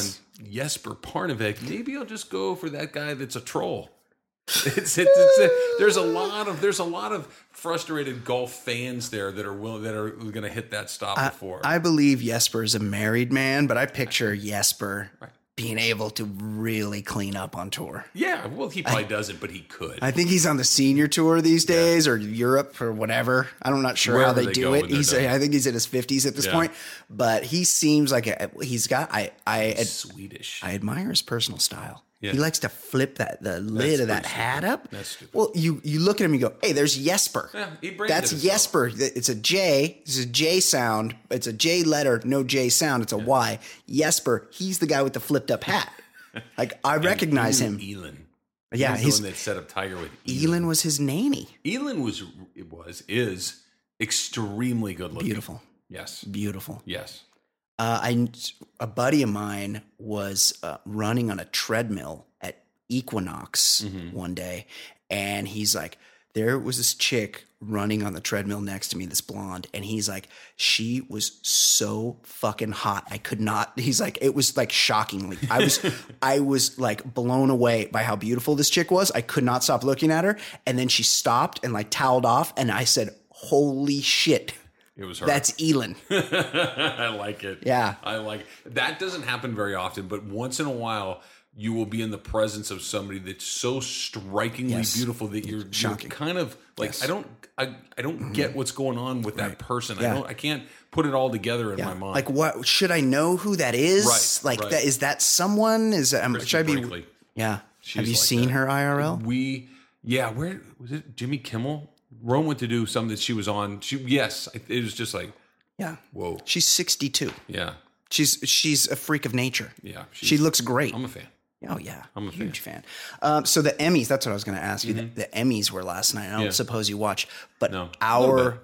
A: Jesper Parnevik. Maybe I'll just go for that guy that's a troll. It's, it's, it's- there's a lot of there's a lot of frustrated golf fans there that are willing that are going to hit that stop before.
B: I believe Jesper is a married man, but I picture Jesper being able to really clean up on tour.
A: yeah, well, he probably doesn't, but he could.
B: I think he's on the senior tour these days, or Europe, or whatever. I'm not sure how
A: Wherever
B: they,
A: they
B: do
A: go
B: it.
A: when they're
B: He's,
A: done.
B: I think he's in his 50s at this
A: Yeah.
B: point, but he seems like a, he's got. I I ad-
A: Swedish.
B: I admire his personal style.
A: Yeah.
B: He likes to flip that the lid of that
A: pretty
B: hat up.
A: That's stupid.
B: Well, you you look at him, you go, "Hey, there's Jesper."
A: Yeah, he branded
B: That's
A: himself.
B: Jesper. It's a J. It's a J sound. It's a J letter, no J sound. It's a Y. Jesper. He's the guy with the flipped up hat. Like I recognize him.
A: Elon.
B: Yeah,
A: he's
B: he's
A: the one that set up Tiger with Elon.
B: Elon was his nanny.
A: Elon was it was is extremely good looking.
B: Beautiful,
A: Yes.
B: beautiful.
A: Yes.
B: Uh, I a buddy of mine was uh, running on a treadmill at Equinox one day, and he's like, there was this chick running on the treadmill next to me, this blonde, and he's like, she was so fucking hot, I could not. He's like, it was like shockingly, I was, I was like blown away by how beautiful this chick was. I could not stop looking at her, and then she stopped and like toweled off, and I said, holy shit,
A: It was her.
B: that's Elon.
A: I like it.
B: Yeah.
A: I like that doesn't happen very often, but once in a while you will be in the presence of somebody that's so strikingly
B: Yes.
A: beautiful that you're, you're
B: Shocking. Mm-hmm.
A: kind of like I don't I, I don't get what's going on with that person.
B: Yeah.
A: I don't I can't put it all together in my mind.
B: Like, what should I know who that is?
A: Right,
B: like,
A: right.
B: that is that someone? Is um,
A: Kristen
B: should I be?
A: Brinkley.
B: Yeah. Have you
A: like
B: seen
A: that.
B: her IRL?
A: We, yeah, where was it? Jimmy Kimmel? Rome went to do something that she was on. She, yes, it- it was just like,
B: Yeah.
A: whoa,
B: She's sixty-two.
A: yeah,
B: She's she's a freak of nature.
A: yeah. she's-
B: She looks great.
A: I'm a fan.
B: oh yeah,
A: I'm a Mm-hmm.
B: huge fan. Um, so the Emmys. That's what I was going to ask you. The, the Emmys were last night. I don't
A: Yeah.
B: suppose you watched, but
A: No. A little
B: our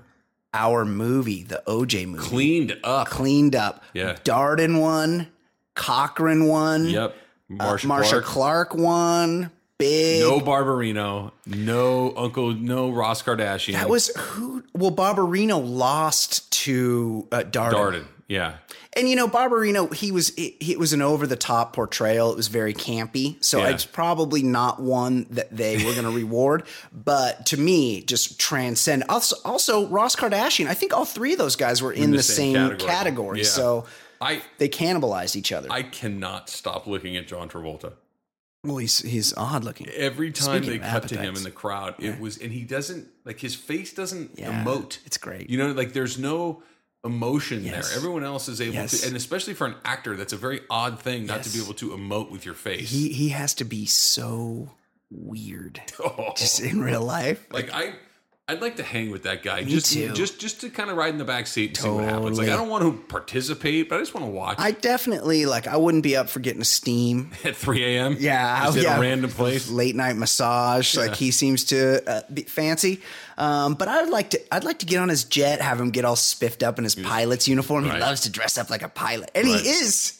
B: our movie, the OJ movie,
A: Cleaned up.
B: cleaned up.
A: Yeah.
B: Darden won. Cochran won.
A: Yep. Marsha,
B: Marsha
A: Clark.
B: uh, Clark. won. Big.
A: No Barbarino. No Uncle. No Ross Kardashian.
B: That was who? Well, Barbarino lost to uh, Darden.
A: Darden. Yeah.
B: and you know Barbarino, he was he, he- it was an over the top portrayal. It was very campy, so
A: Yeah.
B: it's probably not one that they were going to reward. But to me, just transcend. Also, also Ross Kardashian. I think all three of those guys were in, the, same, category,
A: Yeah.
B: so
A: I
B: they cannibalized each other.
A: I cannot stop looking at John Travolta.
B: well, he's he's odd looking.
A: Every time
B: Speaking
A: they
B: of
A: cut to him
B: appetites.
A: in the crowd, it was, and he doesn't like his face doesn't
B: Yeah,
A: emote.
B: it's great.
A: You know, like there's no emotion
B: Yes.
A: there. Everyone else is able
B: Yes.
A: to, and especially for an actor, that's a very odd thing not to be
B: Yes.
A: able to emote with your face.
B: He he has to be so weird
A: Oh.
B: just in real life.
A: like I. I'd like to hang with that guy just,
B: too.
A: just just to kind of ride in the back seat and see what happens. Like I don't
B: Totally.
A: want to participate, but I just want to watch
B: I definitely like. I wouldn't be up for getting a steam.
A: at 3 a.m.
B: Yeah,
A: just at
B: yeah.
A: a random place.
B: late night massage. Like he seems to uh, be fancy. Um, but I'd like to. I'd like to get on his jet, have him get all spiffed up in his pilot's uniform. He
A: Right.
B: loves to dress up like a pilot, and
A: Right.
B: he is.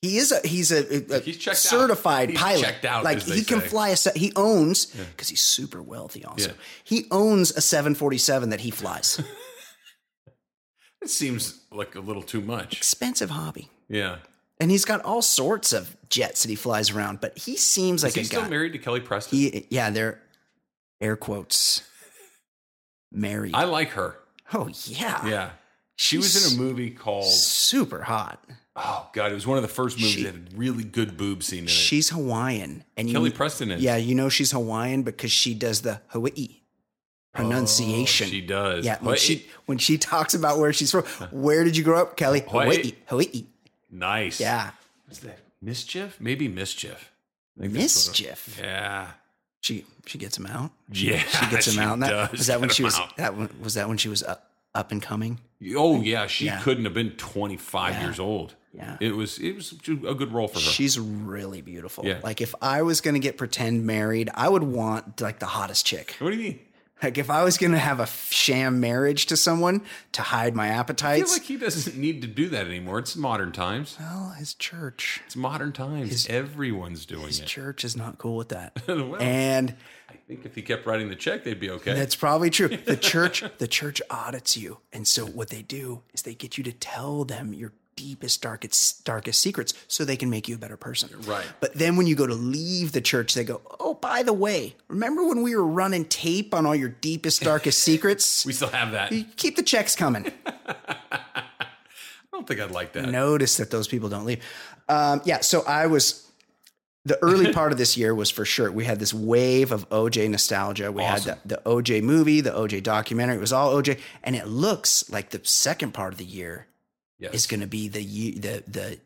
B: He is a he's a, a
A: He's checked out.
B: certified
A: He's
B: pilot.
A: checked out,
B: like
A: as they
B: he can
A: say.
B: fly a se- he owns because he's super wealthy. Also,
A: Yeah.
B: he owns a 747 that he flies.
A: It seems like a little too much.
B: Expensive hobby,
A: Yeah.
B: and he's got all sorts of jets that he flies around. But he seems like
A: Is he
B: a
A: still
B: guy.
A: married to Kelly Preston?
B: He, E, yeah, they're air quotes married.
A: I like her.
B: oh yeah,
A: Yeah. She was in a movie called
B: super hot.
A: Oh God, it was one of the first movies
B: She-
A: that had a really good boob scene in it.
B: She's Hawaiian, and
A: Kelly
B: you,
A: Preston is.
B: Yeah, you know she's Hawaiian because she does the Hawaii pronunciation.
A: Oh, She does.
B: Yeah, when
A: But
B: she
A: it-
B: when she talks about where she's from, where did you grow up, Kelly? Hawaii,
A: Hawaii.
B: Hawaii.
A: nice.
B: Yeah,
A: What's that? Mischief? Maybe mischief.
B: mischief.
A: Yeah.
B: She she gets him out.
A: Yeah.
B: She gets him out. And that,
A: does
B: was that when
A: get
B: she
A: him
B: was
A: out.
B: that when, was that when she was up, up and coming?
A: Oh yeah, she
B: Yeah.
A: couldn't have been twenty five years old.
B: Yeah.
A: It was it was a good role for her.
B: She's really beautiful.
A: Yeah.
B: Like if I was gonna get pretend married, I would want like the hottest chick.
A: what do you mean?
B: Like if I was going to have a sham marriage to someone to hide my
A: I feel
B: appetites,
A: like he doesn't need to do that anymore. It's modern times.
B: well, his church,
A: It's modern times. Everyone's doing
B: his
A: it.
B: church is not cool with that.
A: Well.
B: and
A: I think if he kept writing the check, they'd be okay.
B: that's probably true. The church, the church audits you, and so what they do is they get you to tell them your deepest, darkest, darkest secrets, so they can make you a better person.
A: Right.
B: But then when you go to leave the church, they go, "Oh, by the way, remember when we were running tape on all your deepest, darkest secrets?
A: we still have that. I
B: Keep the checks coming."
A: don't think I'd like that.
B: Uh, notice that those people don't leave. Um, yeah, so I was the early part of this year was for sure. We had this wave of OJ nostalgia. We had the, the OJ movie, the OJ documentary. It was all OJ, and it looks like the second part of the year
A: Yes.
B: is going to be the ye- the the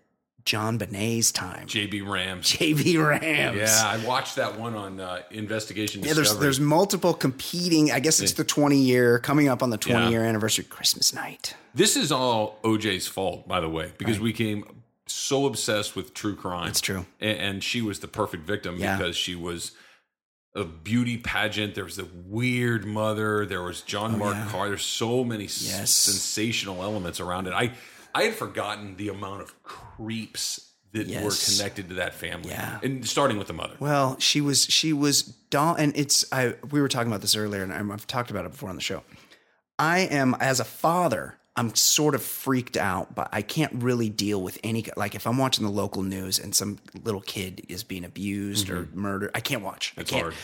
B: John Benet's time.
A: JB Rams.
B: JV Rams.
A: Yeah, I watched that one on uh, Investigation
B: Yeah,
A: Discovery.
B: there's there's multiple competing. I guess it's the 20 year coming up on the 20
A: Yeah.
B: year anniversary Christmas night.
A: This is all OJ's fault, by the way, because we came so obsessed with true crime.
B: It's true.
A: A- And, she was the perfect victim
B: Yeah.
A: because she was a beauty pageant. There was the weird mother. There was John Mark Carr. There's so many s-
B: Oh, Yes.
A: sensational elements around it. I I had forgotten the amount of creeps that were
B: Yes.
A: connected to that family.
B: Yeah.
A: And starting with the mother.
B: Well, she was she was doll, and it's I we were talking about this earlier, and I'm, I've talked about it before on the show. I am as a father, I'm sort of freaked out, but I can't really deal with any like if I'm watching the local news and some little kid is being abused or murdered, I can't watch.
A: Mm-hmm. It's
B: I can't.
A: hard.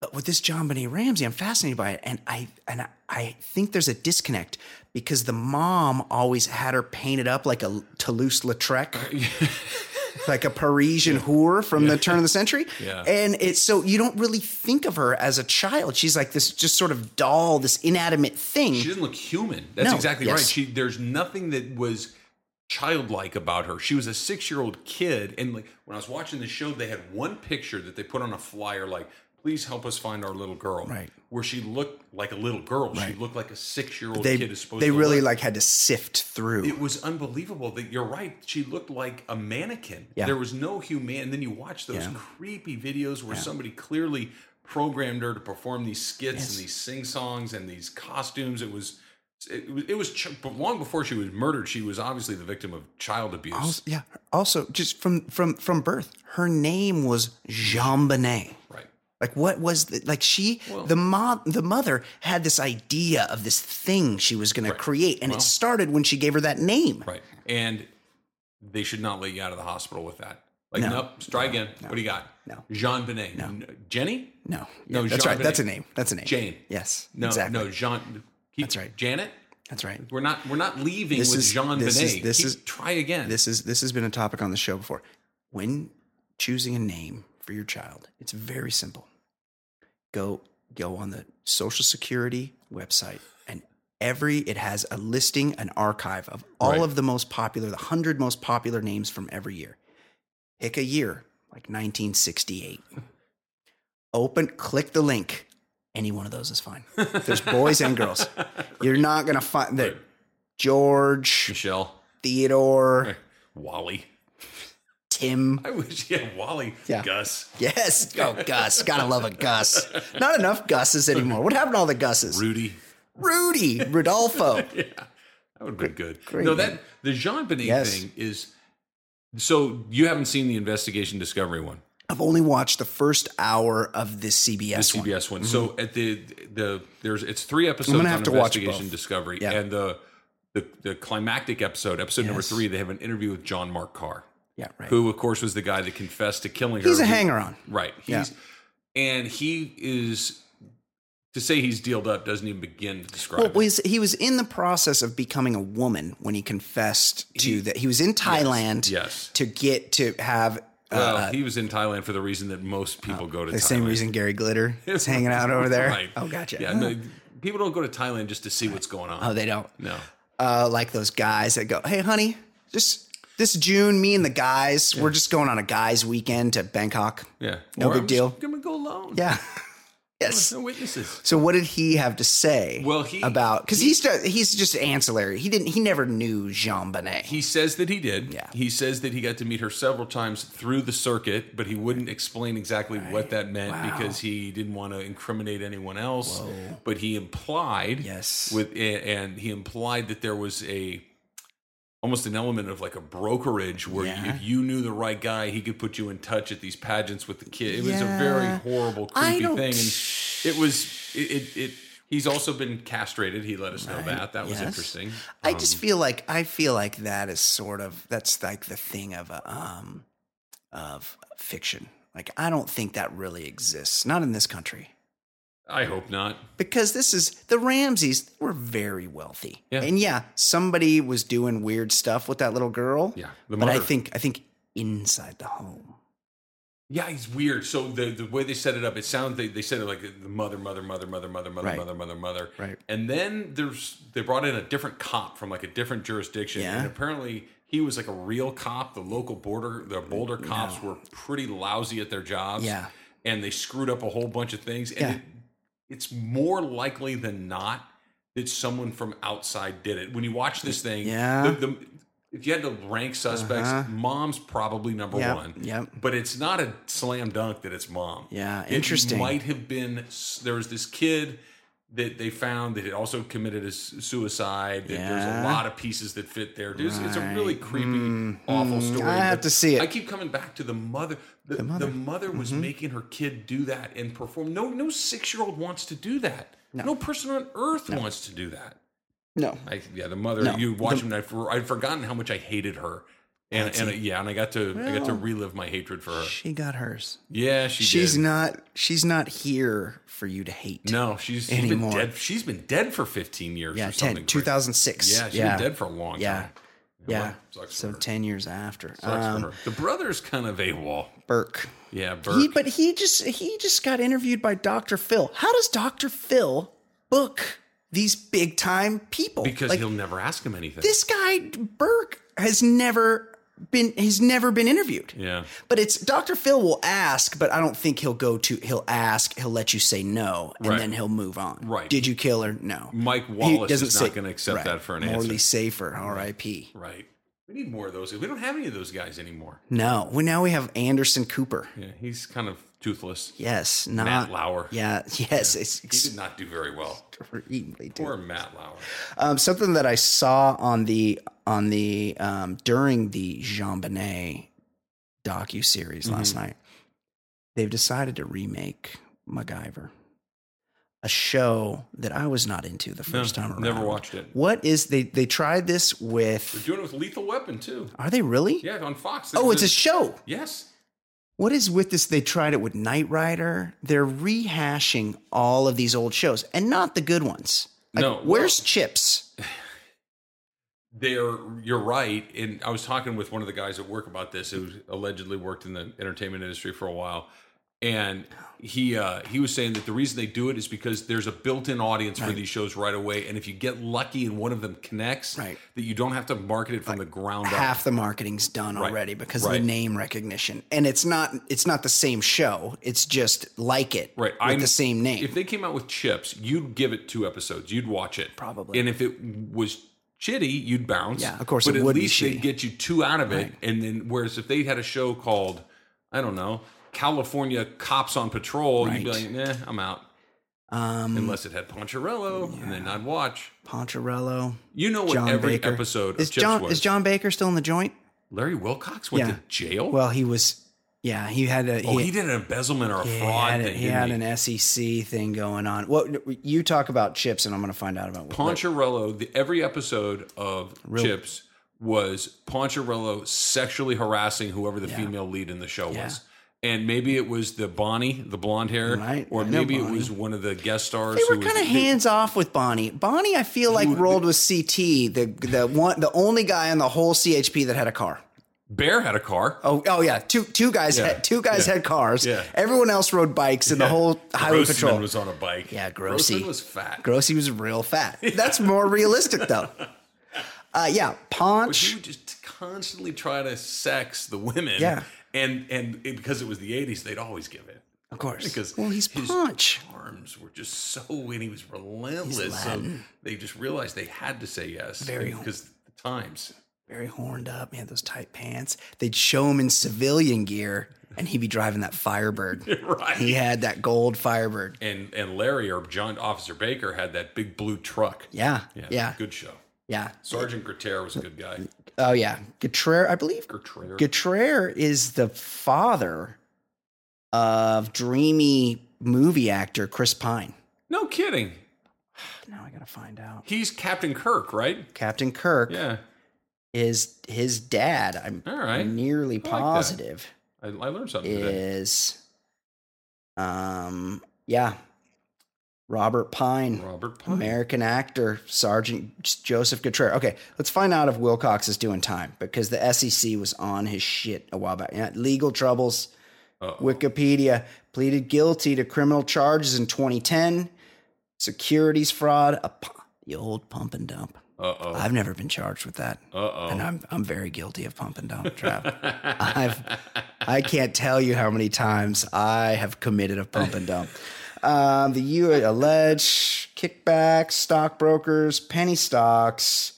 B: But with this John Benet Ramsey, I'm fascinated by it, and I and I, I think there's a disconnect because the mom always had her painted up like a Toulouse-Lautrec, like a Parisian whore from the turn of the century,
A: Yeah.
B: and it's so you don't really think of her as a child. She's like this just sort of doll, this inanimate thing.
A: She doesn't look human. That's
B: No,
A: exactly
B: yes.
A: right. She there's nothing that was childlike about her. She was a six year old kid, and like when I was watching the show, they had one picture that they put on a flyer, like "Please help us find our little girl,"
B: Right.
A: Where she looked like a little girl. She
B: Right.
A: looked like a six year old
B: they
A: kid is supposed.
B: they
A: to
B: really
A: look.
B: like had to sift through.
A: It was unbelievable that you're right. She looked like a mannequin.
B: Yeah.
A: There was no human. And then you watch those creepy videos where somebody clearly programmed her to perform these skits and these sing songs and these costumes. It was. It was, it was ch- but long before she was murdered. She was obviously the victim of child abuse.
B: also, yeah. Also, just from from from birth, her name was Jean Benet.
A: right.
B: Like what was the, like she
A: Well-
B: the mom the mother had this idea of this thing she was going to create, and
A: Well-
B: it started when she gave her that name.
A: Right. And they should not let you out of the hospital with that. Like,
B: No.
A: nope, try again. What do you got?
B: No.
A: Jean Benet. Jenny?
B: No,
A: No,
B: Yeah, that's
A: Jean
B: right. That's a
A: Benet.
B: name. That's a name.
A: Jane.
B: Yes,
A: No,
B: exactly.
A: no, Jean. Keep,
B: That's right.
A: Janet?
B: that's right.
A: We're not we're not leaving
B: This
A: with
B: is-
A: Jean
B: this
A: Benet.
B: is- this
A: Keep-
B: is-
A: try again.
B: This is this has been a topic on the show before. When choosing a name for your child, it's very simple. Go go on the Social Security website and every it has a listing, an archive of all
A: Right.
B: of the most popular, the 100 most popular names from every year. Pick a year, like 1968. Open click the link. Any one of those is fine. There's boys and girls. You're not going to find that
A: Right.
B: George,
A: Michelle,
B: Theodore,
A: Wally.
B: Tim.
A: I wish yeah, Wally,
B: Yeah.
A: Gus,
B: Yes. Oh, Gus. Gotta love a Gus. Not enough Gus's anymore. What happened to all the Gus's?
A: Rudy.
B: Rudy. Rodolfo.
A: That would have been good.
B: great
A: no,
B: name.
A: that the Jean Benet
B: Yes.
A: thing is. So you haven't seen the investigation discovery one,
B: I've only watched the first hour of this CBS,
A: the
B: one. Mm-hmm.
A: CBS one. So at the the there's it's three episodes
B: gonna
A: on
B: have to watch
A: investigation
B: both.
A: discovery
B: Yeah.
A: and the, the the climactic episode, episode number
B: Yes.
A: three. They have an interview with John Mark Carr,
B: Yeah, right.
A: who of course was the guy that confessed to killing her.
B: He's a
A: who-
B: hanger on.
A: Right.
B: Yeah.
A: He's and he is to say he's dealed up doesn't even begin to describe.
B: Well, uh,
A: it.
B: was, he was in the process of becoming a woman when he confessed to that. He was in Thailand
A: yes.
B: to get to have uh,
A: Well, he was in Thailand for the reason that most people go to
B: the
A: Oh, Thailand.
B: same reason Gary Glitter is hanging out over there.
A: Right.
B: Oh, gotcha.
A: Yeah, no, people don't go to Thailand just to see what's going on.
B: Oh, they don't.
A: no.
B: uh, like those guys that go, "Hey, honey, just this June, me and the guys, we're just going on a guys' weekend to Bangkok."
A: Yeah.
B: No
A: Or
B: big
A: I'm
B: deal.
A: Just gonna go alone.
B: Yeah, Yes.
A: No witnesses.
B: So what did he have to say?
A: Well, he-
B: about because he's ju- he's just ancillary. He didn't. He never knew Jean Bonnet.
A: He says that he did.
B: Yeah.
A: He says that he got to meet her several times through the circuit, but he wouldn't explain exactly what that meant because he didn't want to incriminate anyone else. But he implied
B: Yes.
A: with a- and he implied that there was a almost an element of like a brokerage where
B: Yeah.
A: if you knew the right guy, he could put you in touch at these pageants with the kid. It was a very
B: Yeah.
A: horrible,
B: I
A: creepy
B: don't-
A: thing. And it was it it. it He's also been castrated. He let us know that. That was
B: Yes.
A: interesting. Um,
B: I just feel like I feel like that is sort of that's like the thing of a, um of fiction. Like I don't think that really exists. Not in this country.
A: I hope not.
B: because this is the Ramses they were very wealthy.
A: Yeah.
B: And yeah, somebody was doing weird stuff with that little girl.
A: Yeah, the
B: But I
A: murder.
B: think I think inside the home.
A: Yeah, he's weird. So the the way they set it up, it sounds they, they said it like the mother, mother, mother, mother, mother, mother,
B: Right.
A: mother, mother, mother.
B: Right.
A: And then there's they brought in a different cop from like a different jurisdiction,
B: Yeah.
A: and apparently he was like a real cop. The local border, the Boulder cops were pretty lousy at their jobs.
B: Yeah.
A: And they screwed up a whole bunch of things. And
B: Yeah.
A: it, it's more likely than not that someone from outside did it. When you watch this thing,
B: Yeah. Uh-huh.
A: the, the, if you had to rank suspects, mom's probably number
B: Yep,
A: one.
B: yep.
A: But it's not a slam dunk that it's mom.
B: Yeah,
A: It
B: interesting.
A: might have been s- there was this kid that they found that had also committed a s- suicide. That
B: Yeah. Mm-hmm.
A: There's a lot of pieces that fit there. It's, it's a really creepy, awful story.
B: I have
A: but
B: to see it. Mm-hmm.
A: I keep coming back to the mother. The, the mother, was making her kid do that and perform. No, no six year old wants to do that. No, person on earth wants to do that.
B: No.
A: I, yeah, the mother.
B: No,
A: you watch him. and I've, I'd forgotten how much I hated her, and, and yeah, and I got to I got to relive my hatred for her.
B: She got hers.
A: Yeah, she
B: she's
A: did.
B: not she's not here for you to hate.
A: No, she's, she's been
B: anymore.
A: dead. She's been dead for 15 years.
B: Yeah,
A: or
B: 10,
A: something
B: 2006.
A: Yeah, she's been dead for a long
B: Yeah.
A: time.
B: Yeah.
A: Sucks for
B: So
A: her.
B: 10 years after.
A: Sucks for
B: Um,
A: her. The brother's kind of AWOL.
B: Burke.
A: Yeah, Burke.
B: He, but he just he just got interviewed by Dr. Phil. How does Dr. Phil book these big time people?
A: because
B: Like,
A: he'll never ask him anything.
B: this guy Burke has never been he's never been interviewed.
A: yeah.
B: But it's Dr. Phil will ask, but I don't think he'll go to he'll ask, he'll let you say no, and
A: Right.
B: then he'll move on.
A: Right.
B: Did you kill her? No.
A: Mike Wallace is not going to accept
B: right.
A: that for an
B: Morley
A: answer.
B: Safer, R.I.P.
A: Right. We need more of those. We don't have any of those guys anymore.
B: No. Well now we have Anderson Cooper.
A: Yeah, he's kind of toothless.
B: Yes, not
A: Matt Lauer.
B: Yeah, yes, it's
A: He did not do very well.
B: extremely dude.
A: Poor Matt Lauer.
B: Um, something that I saw on the on the um, during the Jean Bonnet docu series last
A: Mm-hmm.
B: night, they've decided to remake MacGyver, a show that I was not into the first time around.
A: never watched it.
B: What is they they tried this
A: They're
B: with?
A: doing it with Lethal Weapon, too.
B: Are they really?
A: Yeah, on Fox.
B: Oh, it's a
A: There's-
B: show.
A: Yes.
B: What is with this? They tried it with Knight Rider. They're rehashing all of these old shows and not the good ones. Like,
A: No,
B: where's
A: well-
B: Chips?
A: there you're right and i was talking with one of the guys at work about this who allegedly worked in the entertainment industry for a while and he uh, he was saying that the reason they do it is because there's a built-in audience for these shows right away and if you get lucky and one of them connects
B: Right.
A: that you don't have to market it from the ground up
B: half the marketing's done already because of
A: right.
B: the name recognition and it's not it's not the same show it's just like it
A: Right,
B: with
A: I'm-
B: the same name
A: if they came out with chips you'd give it two episodes you'd watch it
B: Probably.
A: and if it was shitty you'd bounce
B: Yeah, of course
A: but
B: it
A: at
B: would be
A: least
B: shitty.
A: they'd get you two out of it and then whereas if they had a show called i don't know california cops on patrol you'd be like
B: Right.
A: nah i'm out
B: um
A: unless it had Poncherello, and then I'd watch.
B: Poncherello
A: You know what
B: John
A: every
B: Baker
A: episode of
B: is
A: Chips
B: John
A: was?
B: is John Baker still in the joint
A: Larry Wilcox went
B: Yeah.
A: to jail.
B: well he was yeah Oh. he had a
A: oh, he, did an embezzlement or a
B: he
A: fraud
B: had, a-
A: thing.
B: he
A: didn't
B: had
A: he?
B: an SEC thing going on what you talk about chips and I'm going to find out about what-
A: Poncherello, the, every episode of Chips was Poncherello sexually harassing whoever the female lead in the show was. And maybe it was the Bonnie, the blonde hair,
B: Right,
A: or
B: I know
A: maybe it
B: Bonnie.
A: was one of the guest stars.
B: they were
A: who was-
B: kind of
A: they-
B: hands off with Bonnie. Bonnie, I feel like rolled with CT, the the one, the only guy on the whole CHP that had a car.
A: Bear had a car.
B: Oh, oh yeah, two two guys
A: Yeah.
B: had two guys
A: Yeah.
B: had cars.
A: Yeah.
B: Everyone else rode bikes, and the whole highway
A: Grossman
B: patrol.
A: was on a bike.
B: Yeah, Grossi.
A: Grossman was fat.
B: Grossi was real fat. That's more realistic though. Uh, yeah,
A: But he
B: Paunch.
A: would just constantly try to sex the women.
B: Yeah.
A: And and it, because it was the '80s, they'd always give it.
B: Of course.
A: Because
B: well, he's
A: his-
B: Punch.
A: arms were just so and he was relentless. So they just realized they had to say yes.
B: Very-
A: because the times.
B: Very horned up. Man, those tight pants. They'd show him in civilian gear, and he'd be driving that Firebird.
A: Right.
B: He had that gold Firebird.
A: And and Larry or John Officer Baker had that big blue truck.
B: Yeah. Yeah. Yeah.
A: Good show. Sergeant Gutierrez was a good guy.
B: Oh, yeah. Gutierrez, I believe
A: Gutierrez.
B: Gutierrez is the father of dreamy movie actor Chris Pine.
A: no kidding.
B: Now I gotta find out.
A: He's Captain Kirk, right?
B: Captain Kirk
A: Yeah.
B: is his dad. I'm
A: All right.
B: nearly
A: I like that.
B: positive
A: I, I learned something today.
B: is, um, yeah, Robert Pine,
A: Robert Pine.
B: American actor, Sergeant Joseph Gutierrez. Okay, let's find out if Wilcox is doing time because the SEC was on his shit a while back. Yeah, legal troubles.
A: Uh-oh.
B: Wikipedia pleaded guilty to criminal charges in 2010, securities fraud, a pu- the old pump and dump.
A: Uh-oh.
B: I've never been charged with that.
A: Uh-oh.
B: And I'm I'm very guilty of pump and dump, Trav. I've I can't tell you how many times I have committed a pump and dump. Um, the U allege kickbacks, stockbrokers, penny stocks,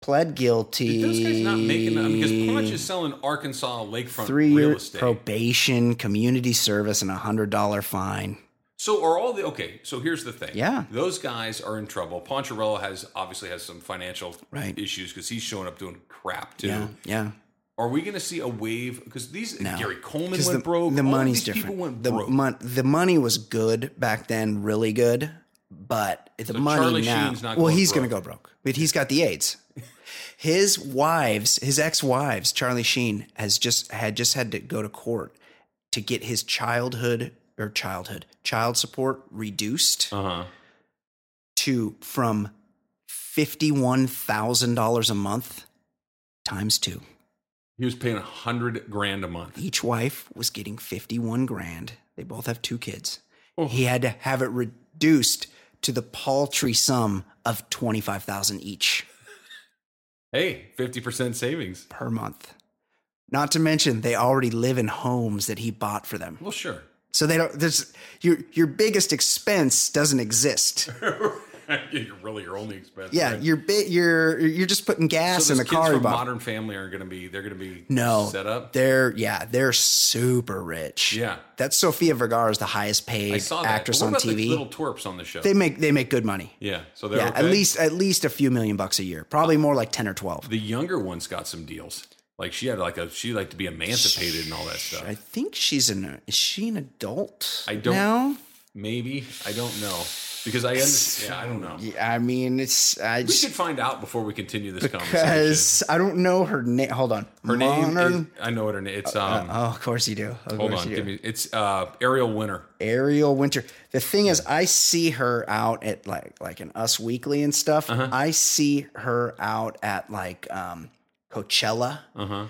B: pled guilty.
A: Did those guys not making that? Because Punch is selling Arkansas lakefront
B: three
A: real
B: year
A: estate.
B: probation, community service, and a hundred dollar fine.
A: So are all the okay? So here's the thing.
B: Yeah.
A: those guys are in trouble. Poncharello has obviously has some financial
B: Right.
A: issues because he's showing up doing crap too.
B: Yeah, yeah.
A: Are we going to see a wave? Because these Gary Coleman went
B: Because the,
A: broke.
B: the
A: all of these
B: money's different.
A: People went
B: the
A: broke.
B: mon- the money was good back then, really good. But the money
A: Charlie
B: now,
A: Sheen's not
B: well,
A: going
B: he's going to go
A: broke.
B: broke. But he's got the AIDS. His wives, his ex-wives, Charlie Sheen has just had just had to go to court to get his childhood or childhood child support reduced
A: uh huh.
B: to from fifty-one thousand dollars a month times two.
A: He was paying a hundred grand a month.
B: Each wife was getting 51 grand. They both have two kids.
A: Oh.
B: He had to have it reduced to the paltry sum of 25,000 each
A: Hey, fifty percent savings.
B: per month. Not to mention they already live in homes that he bought for them.
A: Well, sure.
B: So they don't there's your your biggest expense doesn't exist.
A: you're really your only expense.
B: Yeah,
A: right?
B: your bit you're you're just putting gas
A: so
B: in
A: those
B: the
A: kids
B: car you
A: from
B: bought.
A: Modern Family are going to be. They're going to be
B: no.
A: set up.
B: They're yeah, they're super rich.
A: Yeah.
B: That's Sofia Vergara is the highest
A: I
B: paid
A: saw that.
B: actress
A: But what
B: on
A: about
B: TV.
A: The little twerps on the show.
B: they make they make good money.
A: yeah, so they're
B: Yeah, at
A: okay?
B: least at least a few million bucks a year. Probably more like ten or twelve.
A: the younger one's got some deals. Like she had like a she liked to be emancipated and all that stuff.
B: I think she's an is she an adult?
A: I don't-
B: now.
A: Maybe I don't know because I under- yeah I don't know.
B: Yeah, I mean, it's I
A: We should
B: just
A: find out before we continue this conversation.
B: because I don't know her name. Hold on,
A: Her name is,
B: Modern-
A: I know what her name. It's um
B: oh, of course you do. Of
A: hold
B: course
A: on
B: you
A: give
B: do.
A: me it's uh Ariel Winter.
B: Ariel Winter. The thing is, I see her out at like like an Us Weekly and stuff.
A: Uh-huh.
B: I see her out at like um Coachella,
A: Uh huh.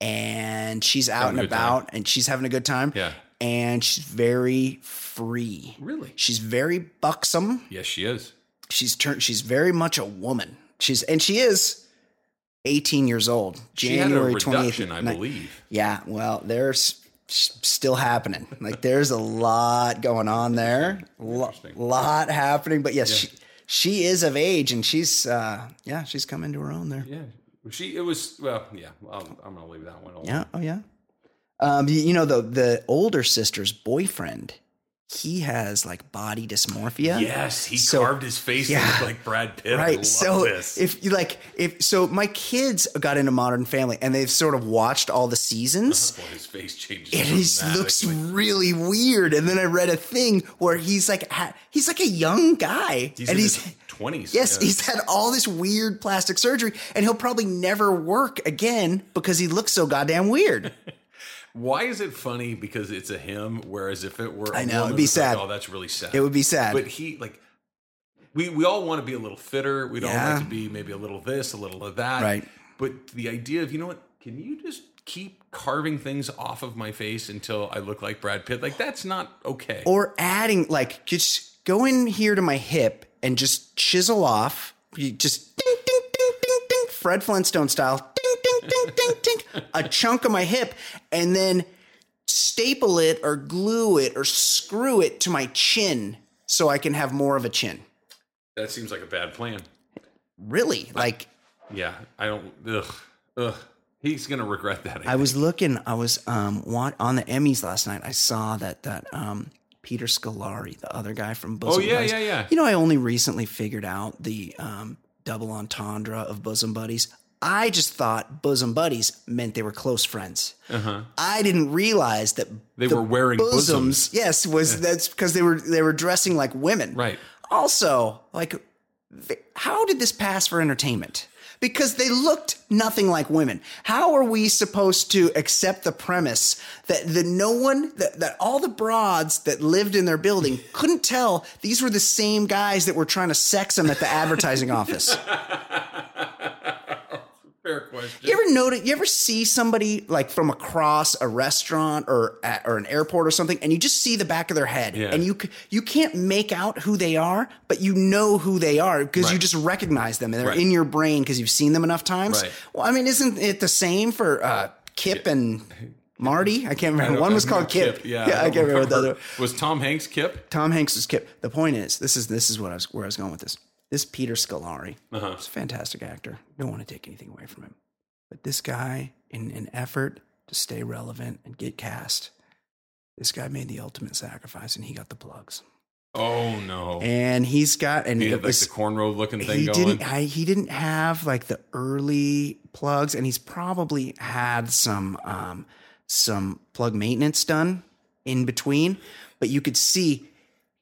B: and she's out
A: Having
B: and
A: a good time.
B: about, and she's having a good time.
A: Yeah.
B: and she's very free.
A: Really?
B: She's very buxom.
A: Yes, she is.
B: She's turned. She's very much a woman. She's and she is eighteen years old.
A: She
B: January
A: had a
B: twenty eighth.
A: reduction, I believe.
B: Yeah. Well, there's s- still happening. Like there's a lot going on there. Lo- lot happening. But yes, she she is of age, and she's uh yeah, she's come into her own there.
A: Yeah, she it was well yeah. I'll, I'm gonna leave that one alone.
B: Yeah. Oh yeah. Um, you, you know the the older sister's boyfriend, he has like body dysmorphia.
A: Yes, he
B: So-
A: carved his face to
B: yeah.
A: look like Brad Pitt. I
B: Right.
A: love
B: So
A: this.
B: if you like, if so, my kids got into Modern Family and they've sort of watched all the seasons.
A: Well, his face changes.
B: And he looks
A: Uh-huh. dramatically.
B: really weird. And then I read a thing where he's like, ha- he's like a young guy,
A: He's
B: and
A: in
B: he's
A: his 20s.
B: Yes,
A: yeah.
B: he's had all this weird plastic surgery, and he'll probably never work again because he looks so goddamn weird.
A: Why is it funny? Because it's a him, whereas if it were, I
B: I know, it'd be sad.
A: oh, that's really sad.
B: It would be sad.
A: But he like, we we all want to be a little fitter. We'd all
B: Yeah.
A: like to be maybe a little this, a little of that.
B: Right.
A: But the idea of you know what? Can you just keep carving things off of my face until I look like Brad Pitt? Like that's not okay.
B: or adding like just go in here to my hip and just chisel off you just ding ding ding ding ding fred flintstone style ding ding ding ding ding a chunk of my hip and then staple it or glue it or screw it to my chin so I can have more of a chin.
A: That seems like a bad plan.
B: Really? Like
A: Yeah, I don't. Ugh, ugh. He's gonna regret that.
B: I was looking, I was um wa- on the Emmys last night. I saw that that um Peter Scolari, the other guy from
A: Oh
B: Bosom
A: yeah,
B: Buddies.
A: yeah, yeah.
B: You know, I only recently figured out the um double entendre of bosom buddies. I just thought bosom buddies meant they were close friends.
A: Uh-huh.
B: I didn't realize that
A: They
B: the
A: were wearing bosoms.
B: Yes, was that's because they were they were dressing like women.
A: Right.
B: Also, like, th- how did this pass for entertainment? Because they looked nothing like women. How are we supposed to accept the premise that the no one that, that all the broads that lived in their building couldn't tell these were the same guys that were trying to sex them at the advertising office?
A: Fair question.
B: You ever notice? You ever see somebody like from across a restaurant or at, or an airport or something, and you just see the back of their head,
A: Yeah.
B: and you c- you can't make out who they are, but you know who they are because you
A: Right.
B: just recognize them, and they're
A: Right.
B: in your brain because you've seen them enough times.
A: Right.
B: Well, I mean, isn't it the same for uh, Kip and Marty? I can't remember.
A: don't
B: One was
A: remember
B: called Kip.
A: Yeah,
B: I,
A: don't
B: can't remember, the other.
A: Was Tom Hanks Kip?
B: Tom Hanks was Kip. The point is, this is this is what I was where I was going with this. This Peter Scolari,
A: Uh-huh.
B: he's a fantastic actor. Don't want to take anything away from him, but this guy, in an effort to stay relevant and get cast, this guy made the ultimate sacrifice, and he got the plugs.
A: Oh no.
B: And he's got and
A: he
B: it
A: had like
B: was-
A: the cornrow looking thing
B: he
A: going.
B: didn't I, he didn't have like the early plugs and he's probably had some um some plug maintenance done in between but you could see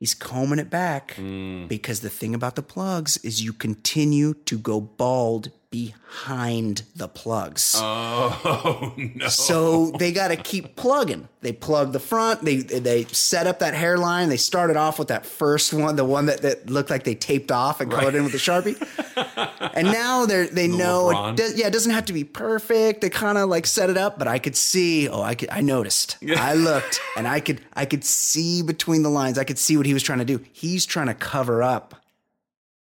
B: he's combing it back
A: Mm.
B: because the thing about the plugs is you continue to go bald behind the plugs
A: Oh no.
B: so they got to keep plugging. They plug the front. They they set up that hairline. They started off with that first one, the one that, that looked like they taped off and colored in with a sharpie. and now they they know
A: LeBron.
B: it does, yeah, it doesn't have to be perfect. They kind of like set it up, but I could see. Oh, I could I noticed. I looked and I could I could see between the lines. I could see what he was trying to do. He's trying to cover up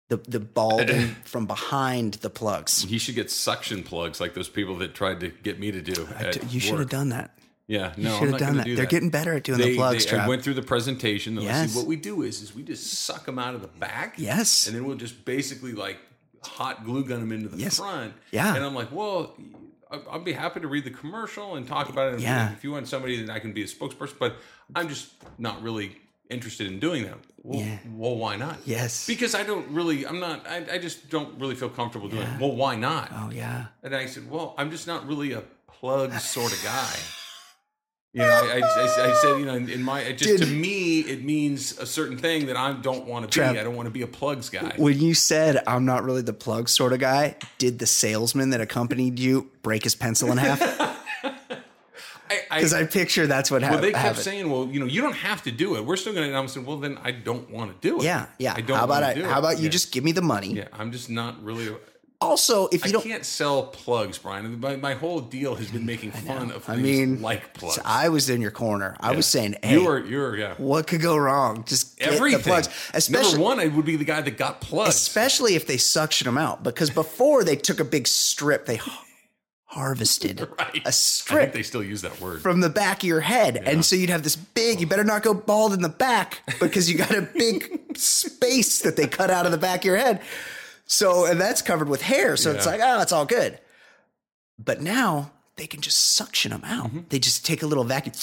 B: the the balding from behind the plugs.
A: he should get suction plugs like those people that tried to get me to do. at
B: You should have
A: work.
B: done that.
A: Yeah,
B: You
A: no, I'm
B: should
A: not
B: have done
A: gonna
B: that.
A: do
B: They're getting better at doing
A: They,
B: the plugs,
A: they, I
B: Trav.
A: went through the presentation. They're like, see,
B: Yes.
A: what we do is, is we just suck them out of the back.
B: Yes.
A: and then we'll just basically like hot glue gun them into the
B: Yes.
A: front.
B: Yeah.
A: and I'm like, well, I- I'll be happy to read the commercial and talk about it.
B: Yeah.
A: if you want somebody, then I can be a spokesperson. But I'm just not really interested in doing that. Well,
B: Yeah.
A: well why not?
B: Yes.
A: because I don't really. I'm not. I, I just don't really feel comfortable doing. it. Well, why not?
B: oh yeah.
A: And I said, "Well, I'm just not really a plug sort of guy." You know, I, I, I, I said, you know, in my it just to
B: Dude.
A: me, it means a certain thing that I don't want to be.
B: Trav.
A: I don't want to be a plugs guy.
B: When you said I'm not really the plug sort of guy, did the salesman that accompanied you break his pencil in half?
A: I, I,
B: Because I picture that's what
A: well,
B: happened.
A: they kept saying, "Well, you know, you don't have to do it. We're still going to." And I said, "Well, then I don't want to do it."
B: yeah, yeah.
A: I don't.
B: how about
A: wanna
B: I,
A: do
B: how
A: it.
B: about you
A: Yeah.
B: just give me the money?
A: Yeah, I'm just not really. a-
B: Also, if
A: I
B: you don't,
A: can't sell plugs, Brian. My, my whole deal has been making fun of
B: I
A: things
B: mean,
A: like plugs.
B: I was in your corner. I was saying, hey,
A: you are, you are, yeah.
B: what could go wrong? Just get
A: Everything.
B: the plugs, especially
A: Number one, I would be the guy that got plugs.
B: especially if they suction them out. Because before they took a big strip, they har- harvested
A: Right.
B: a
A: I
B: strip
A: think they still use that word.
B: from the back of your head. And so you'd have this big, you better not go bald in the back because you got a big space that they cut out of the back of your head. So, and that's covered with hair. So it's
A: Yeah.
B: like, oh, it's all good. But now they can just suction them out.
A: Mm-hmm.
B: They just take a little vacuum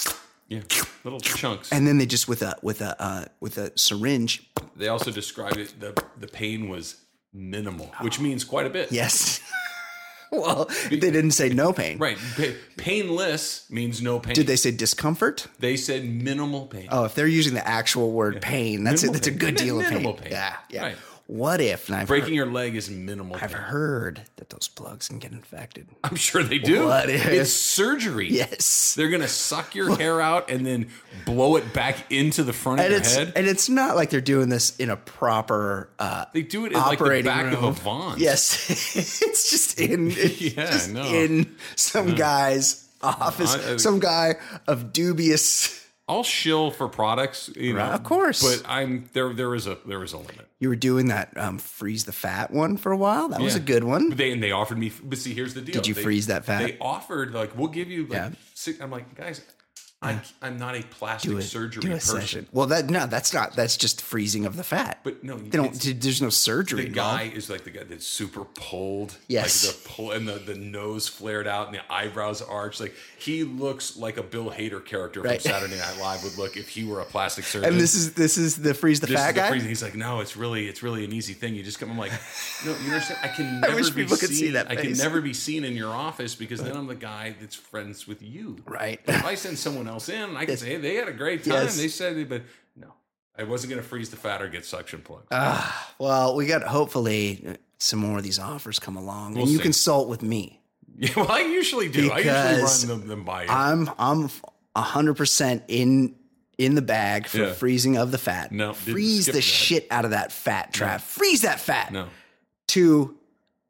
A: yeah, little chunks.
B: and then they just with a, with a, uh, with a syringe.
A: they also described it. The the pain was minimal,
B: Ah.
A: which means quite a bit.
B: Yes. well, they didn't say no pain.
A: Right. Pa- painless means no pain.
B: Did they say discomfort?
A: They said minimal pain.
B: Oh, if they're using the actual word pain, that's a,
A: Minimal
B: that's
A: pain.
B: a good
A: Min-
B: deal of
A: minimal
B: pain.
A: pain.
B: Yeah, yeah.
A: Right.
B: What if and I've heard-
A: Breaking your leg is minimal
B: I've
A: pain.
B: heard that those plugs can get infected.
A: I'm sure they do.
B: What if-
A: It's surgery.
B: Yes.
A: They're gonna suck your hair out and then blow it back into the front of
B: And
A: your
B: it's
A: head.
B: and it's not like they're doing this in a proper uh
A: they do it in like the
B: operating
A: back of a
B: room.
A: Vons.
B: Yes. it's just in it's
A: Yeah,
B: just
A: no.
B: in some guy's office.
A: I- I-
B: some guy of dubious
A: I'll shill for products. You
B: Right,
A: know,
B: of course.
A: But I'm there. There is a there is a limit.
B: you were doing that um, freeze the fat one for a while. That was a
A: Yeah.
B: good
A: But
B: one.
A: They and they offered me. But see, here's the deal.
B: Did you
A: They-
B: freeze that fat?
A: They offered like we'll give you like
B: Yeah.
A: six. I'm like guys, I'm, I'm not a plastic
B: Do it.
A: surgery
B: Do a
A: person.
B: session. Well, that no, that's not. That's just freezing of the fat.
A: But no,
B: they don't.
A: it's-
B: There's no surgery.
A: The
B: involved.
A: guy is like the guy that's super pulled.
B: Yes.
A: Like the pull and the, the nose flared out and the eyebrows arched. Like he looks like a Bill Hader character
B: Right.
A: from Saturday Night Live would look if he were a plastic surgeon.
B: And this is this is the freeze the
A: This is
B: fat
A: the
B: guy.
A: freezing. He's like, no, it's really, it's really an easy thing. You just come. I'm like, no, you understand? I can
B: I
A: never
B: wish
A: be
B: people
A: seen.
B: could see that
A: I can
B: face.
A: never be seen in your office because then I'm the guy that's friends with you.
B: Right.
A: If I send someone else in, I can say hey, they had a great time.
B: Yes.
A: They said, they, but no, I wasn't going to freeze the fat or get suction plugs.
B: Uh, Well, we got hopefully some more of these offers come along,
A: We'll
B: and you
A: see.
B: consult with me.
A: yeah, well, I usually do. I
B: Because
A: usually run them, them by you.
B: I'm I'm hundred percent in in the bag for
A: Yeah.
B: freezing of the fat.
A: No, didn't
B: freeze the
A: skip that.
B: shit out of that fat trap. Freeze that fat.
A: no.
B: To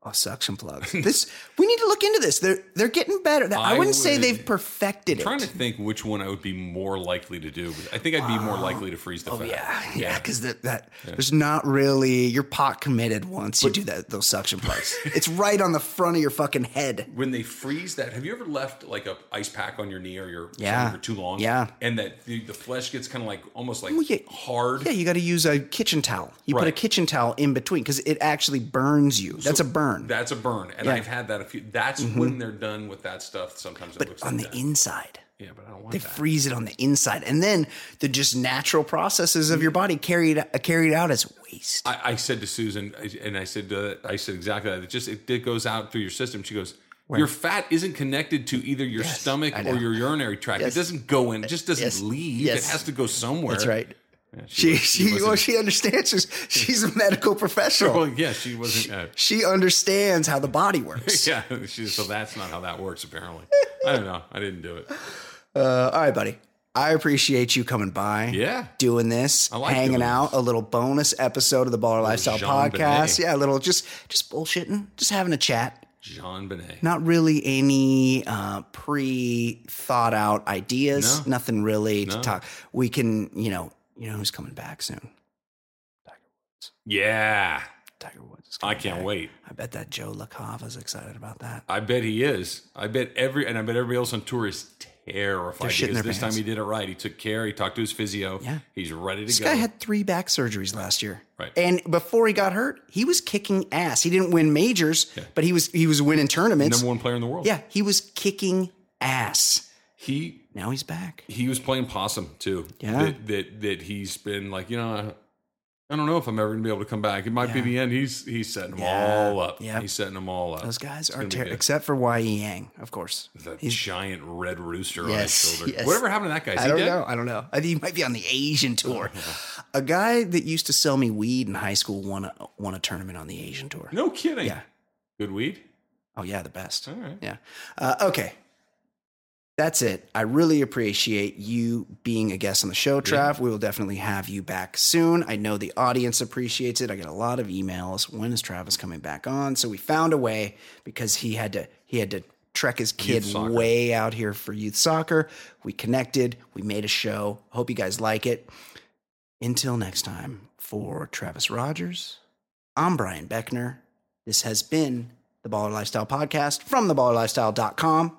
B: oh, suction plugs. this we need to look into this. They're they're getting better. I,
A: I
B: wouldn't say
A: would-
B: they've perfected
A: trying to
B: it.
A: think which one I would be more likely to do. I think I'd be more likely to freeze the fat.
B: Oh, yeah, yeah, because that, that there's not really you're pot committed once you do that those suction plugs. it's right on the front of your fucking head.
A: when they freeze that have you ever left like a ice pack on your knee or your
B: Yeah.
A: something for too long
B: Yeah.
A: and that the, the flesh gets kind of like almost like
B: Well, yeah.
A: hard
B: Yeah, you got to use a kitchen towel. You put a
A: Right.
B: kitchen towel in between because it actually burns you. That's a burn.
A: that's a burn and
B: Yeah. Mm-hmm.
A: i've had that a few that's when they're done with that stuff sometimes it
B: but
A: looks
B: on
A: like
B: the
A: that.
B: inside,
A: yeah but i don't want
B: they
A: that
B: freeze it on the inside, and then the just natural processes of your body carried uh, carried out as waste.
A: I, I said to susan I- and i said uh, i said exactly that it just it, it goes out through your system she goes your fat isn't connected to either your stomach
B: I know.
A: or your urinary tract.
B: Yes.
A: It doesn't go in. It just doesn't
B: Yes.
A: leave.
B: Yes.
A: It has to go somewhere.
B: That's right.
A: she
B: She
A: was-
B: she,
A: she
B: well
A: wasn't-
B: she understands. She's she's a medical
A: Well,
B: professional.
A: yeah, she wasn't. uh,
B: She understands how the body works.
A: yeah, she, so that's not how that works. Apparently, I don't know. I didn't do it.
B: Uh, all right, buddy. I appreciate you coming by.
A: Yeah.
B: doing this,
A: I like
B: hanging
A: doing
B: out, a little bonus episode of the Baller Lifestyle
A: Jean
B: Podcast.
A: Benet.
B: Yeah, a little just just bullshitting, just having a chat.
A: Jean Benet.
B: Not really any uh, pre thought out ideas.
A: No.
B: Nothing really to
A: No.
B: talk. We can, you know, you know who's coming back soon.
A: Yeah,
B: Tiger Woods. Is
A: I
B: coming
A: can't
B: back.
A: wait.
B: I bet that Joe LaCava's excited about that.
A: I bet he is. I bet every and I bet everybody else on tour is terrified
B: They're shitting
A: because
B: their
A: this
B: pants.
A: time he did it right. He took care. He talked to his physio.
B: Yeah.
A: he's ready to
B: This
A: go.
B: guy had three back surgeries last year.
A: Right.
B: And before he got hurt, he was kicking ass. He didn't win majors, but he was he was winning tournaments.
A: number one player in the world.
B: Yeah, he was kicking ass.
A: he
B: Now he's back.
A: he was playing possum too.
B: Yeah.
A: that that, that he's been like you know. I, I don't know if I'm ever gonna be able to come back. It might be
B: Yeah.
A: the end. He's he's setting them
B: Yeah.
A: all up.
B: Yep.
A: he's setting them all up.
B: Those
A: It's
B: guys are
A: gonna be
B: ter-
A: good.
B: except for Ye Yang, of course.
A: the
B: He's-
A: giant red rooster on his
B: Yes,
A: shoulder.
B: yes.
A: Whatever happened to that guy? Is
B: I
A: he
B: don't
A: dead?
B: know. I don't know. I think he might be on the Asian tour. A guy that used to sell me weed in high school won a won a tournament on the Asian tour.
A: No kidding.
B: Yeah.
A: Good weed.
B: Oh yeah, the best.
A: All right.
B: Yeah. Uh, okay. That's it. I really appreciate you being a guest on the show, Trav. We will definitely have you back soon. I know the audience appreciates it. I get a lot of emails. When is Travis coming back on? So we found a way because he had to he had to trek his kid
A: soccer.
B: way out here for youth soccer. We connected. We made a show. Hope you guys like it. Until next time, for Travis Rogers, I'm Brian Beckner. This has been the Baller Lifestyle Podcast from theballerlifestyle.com.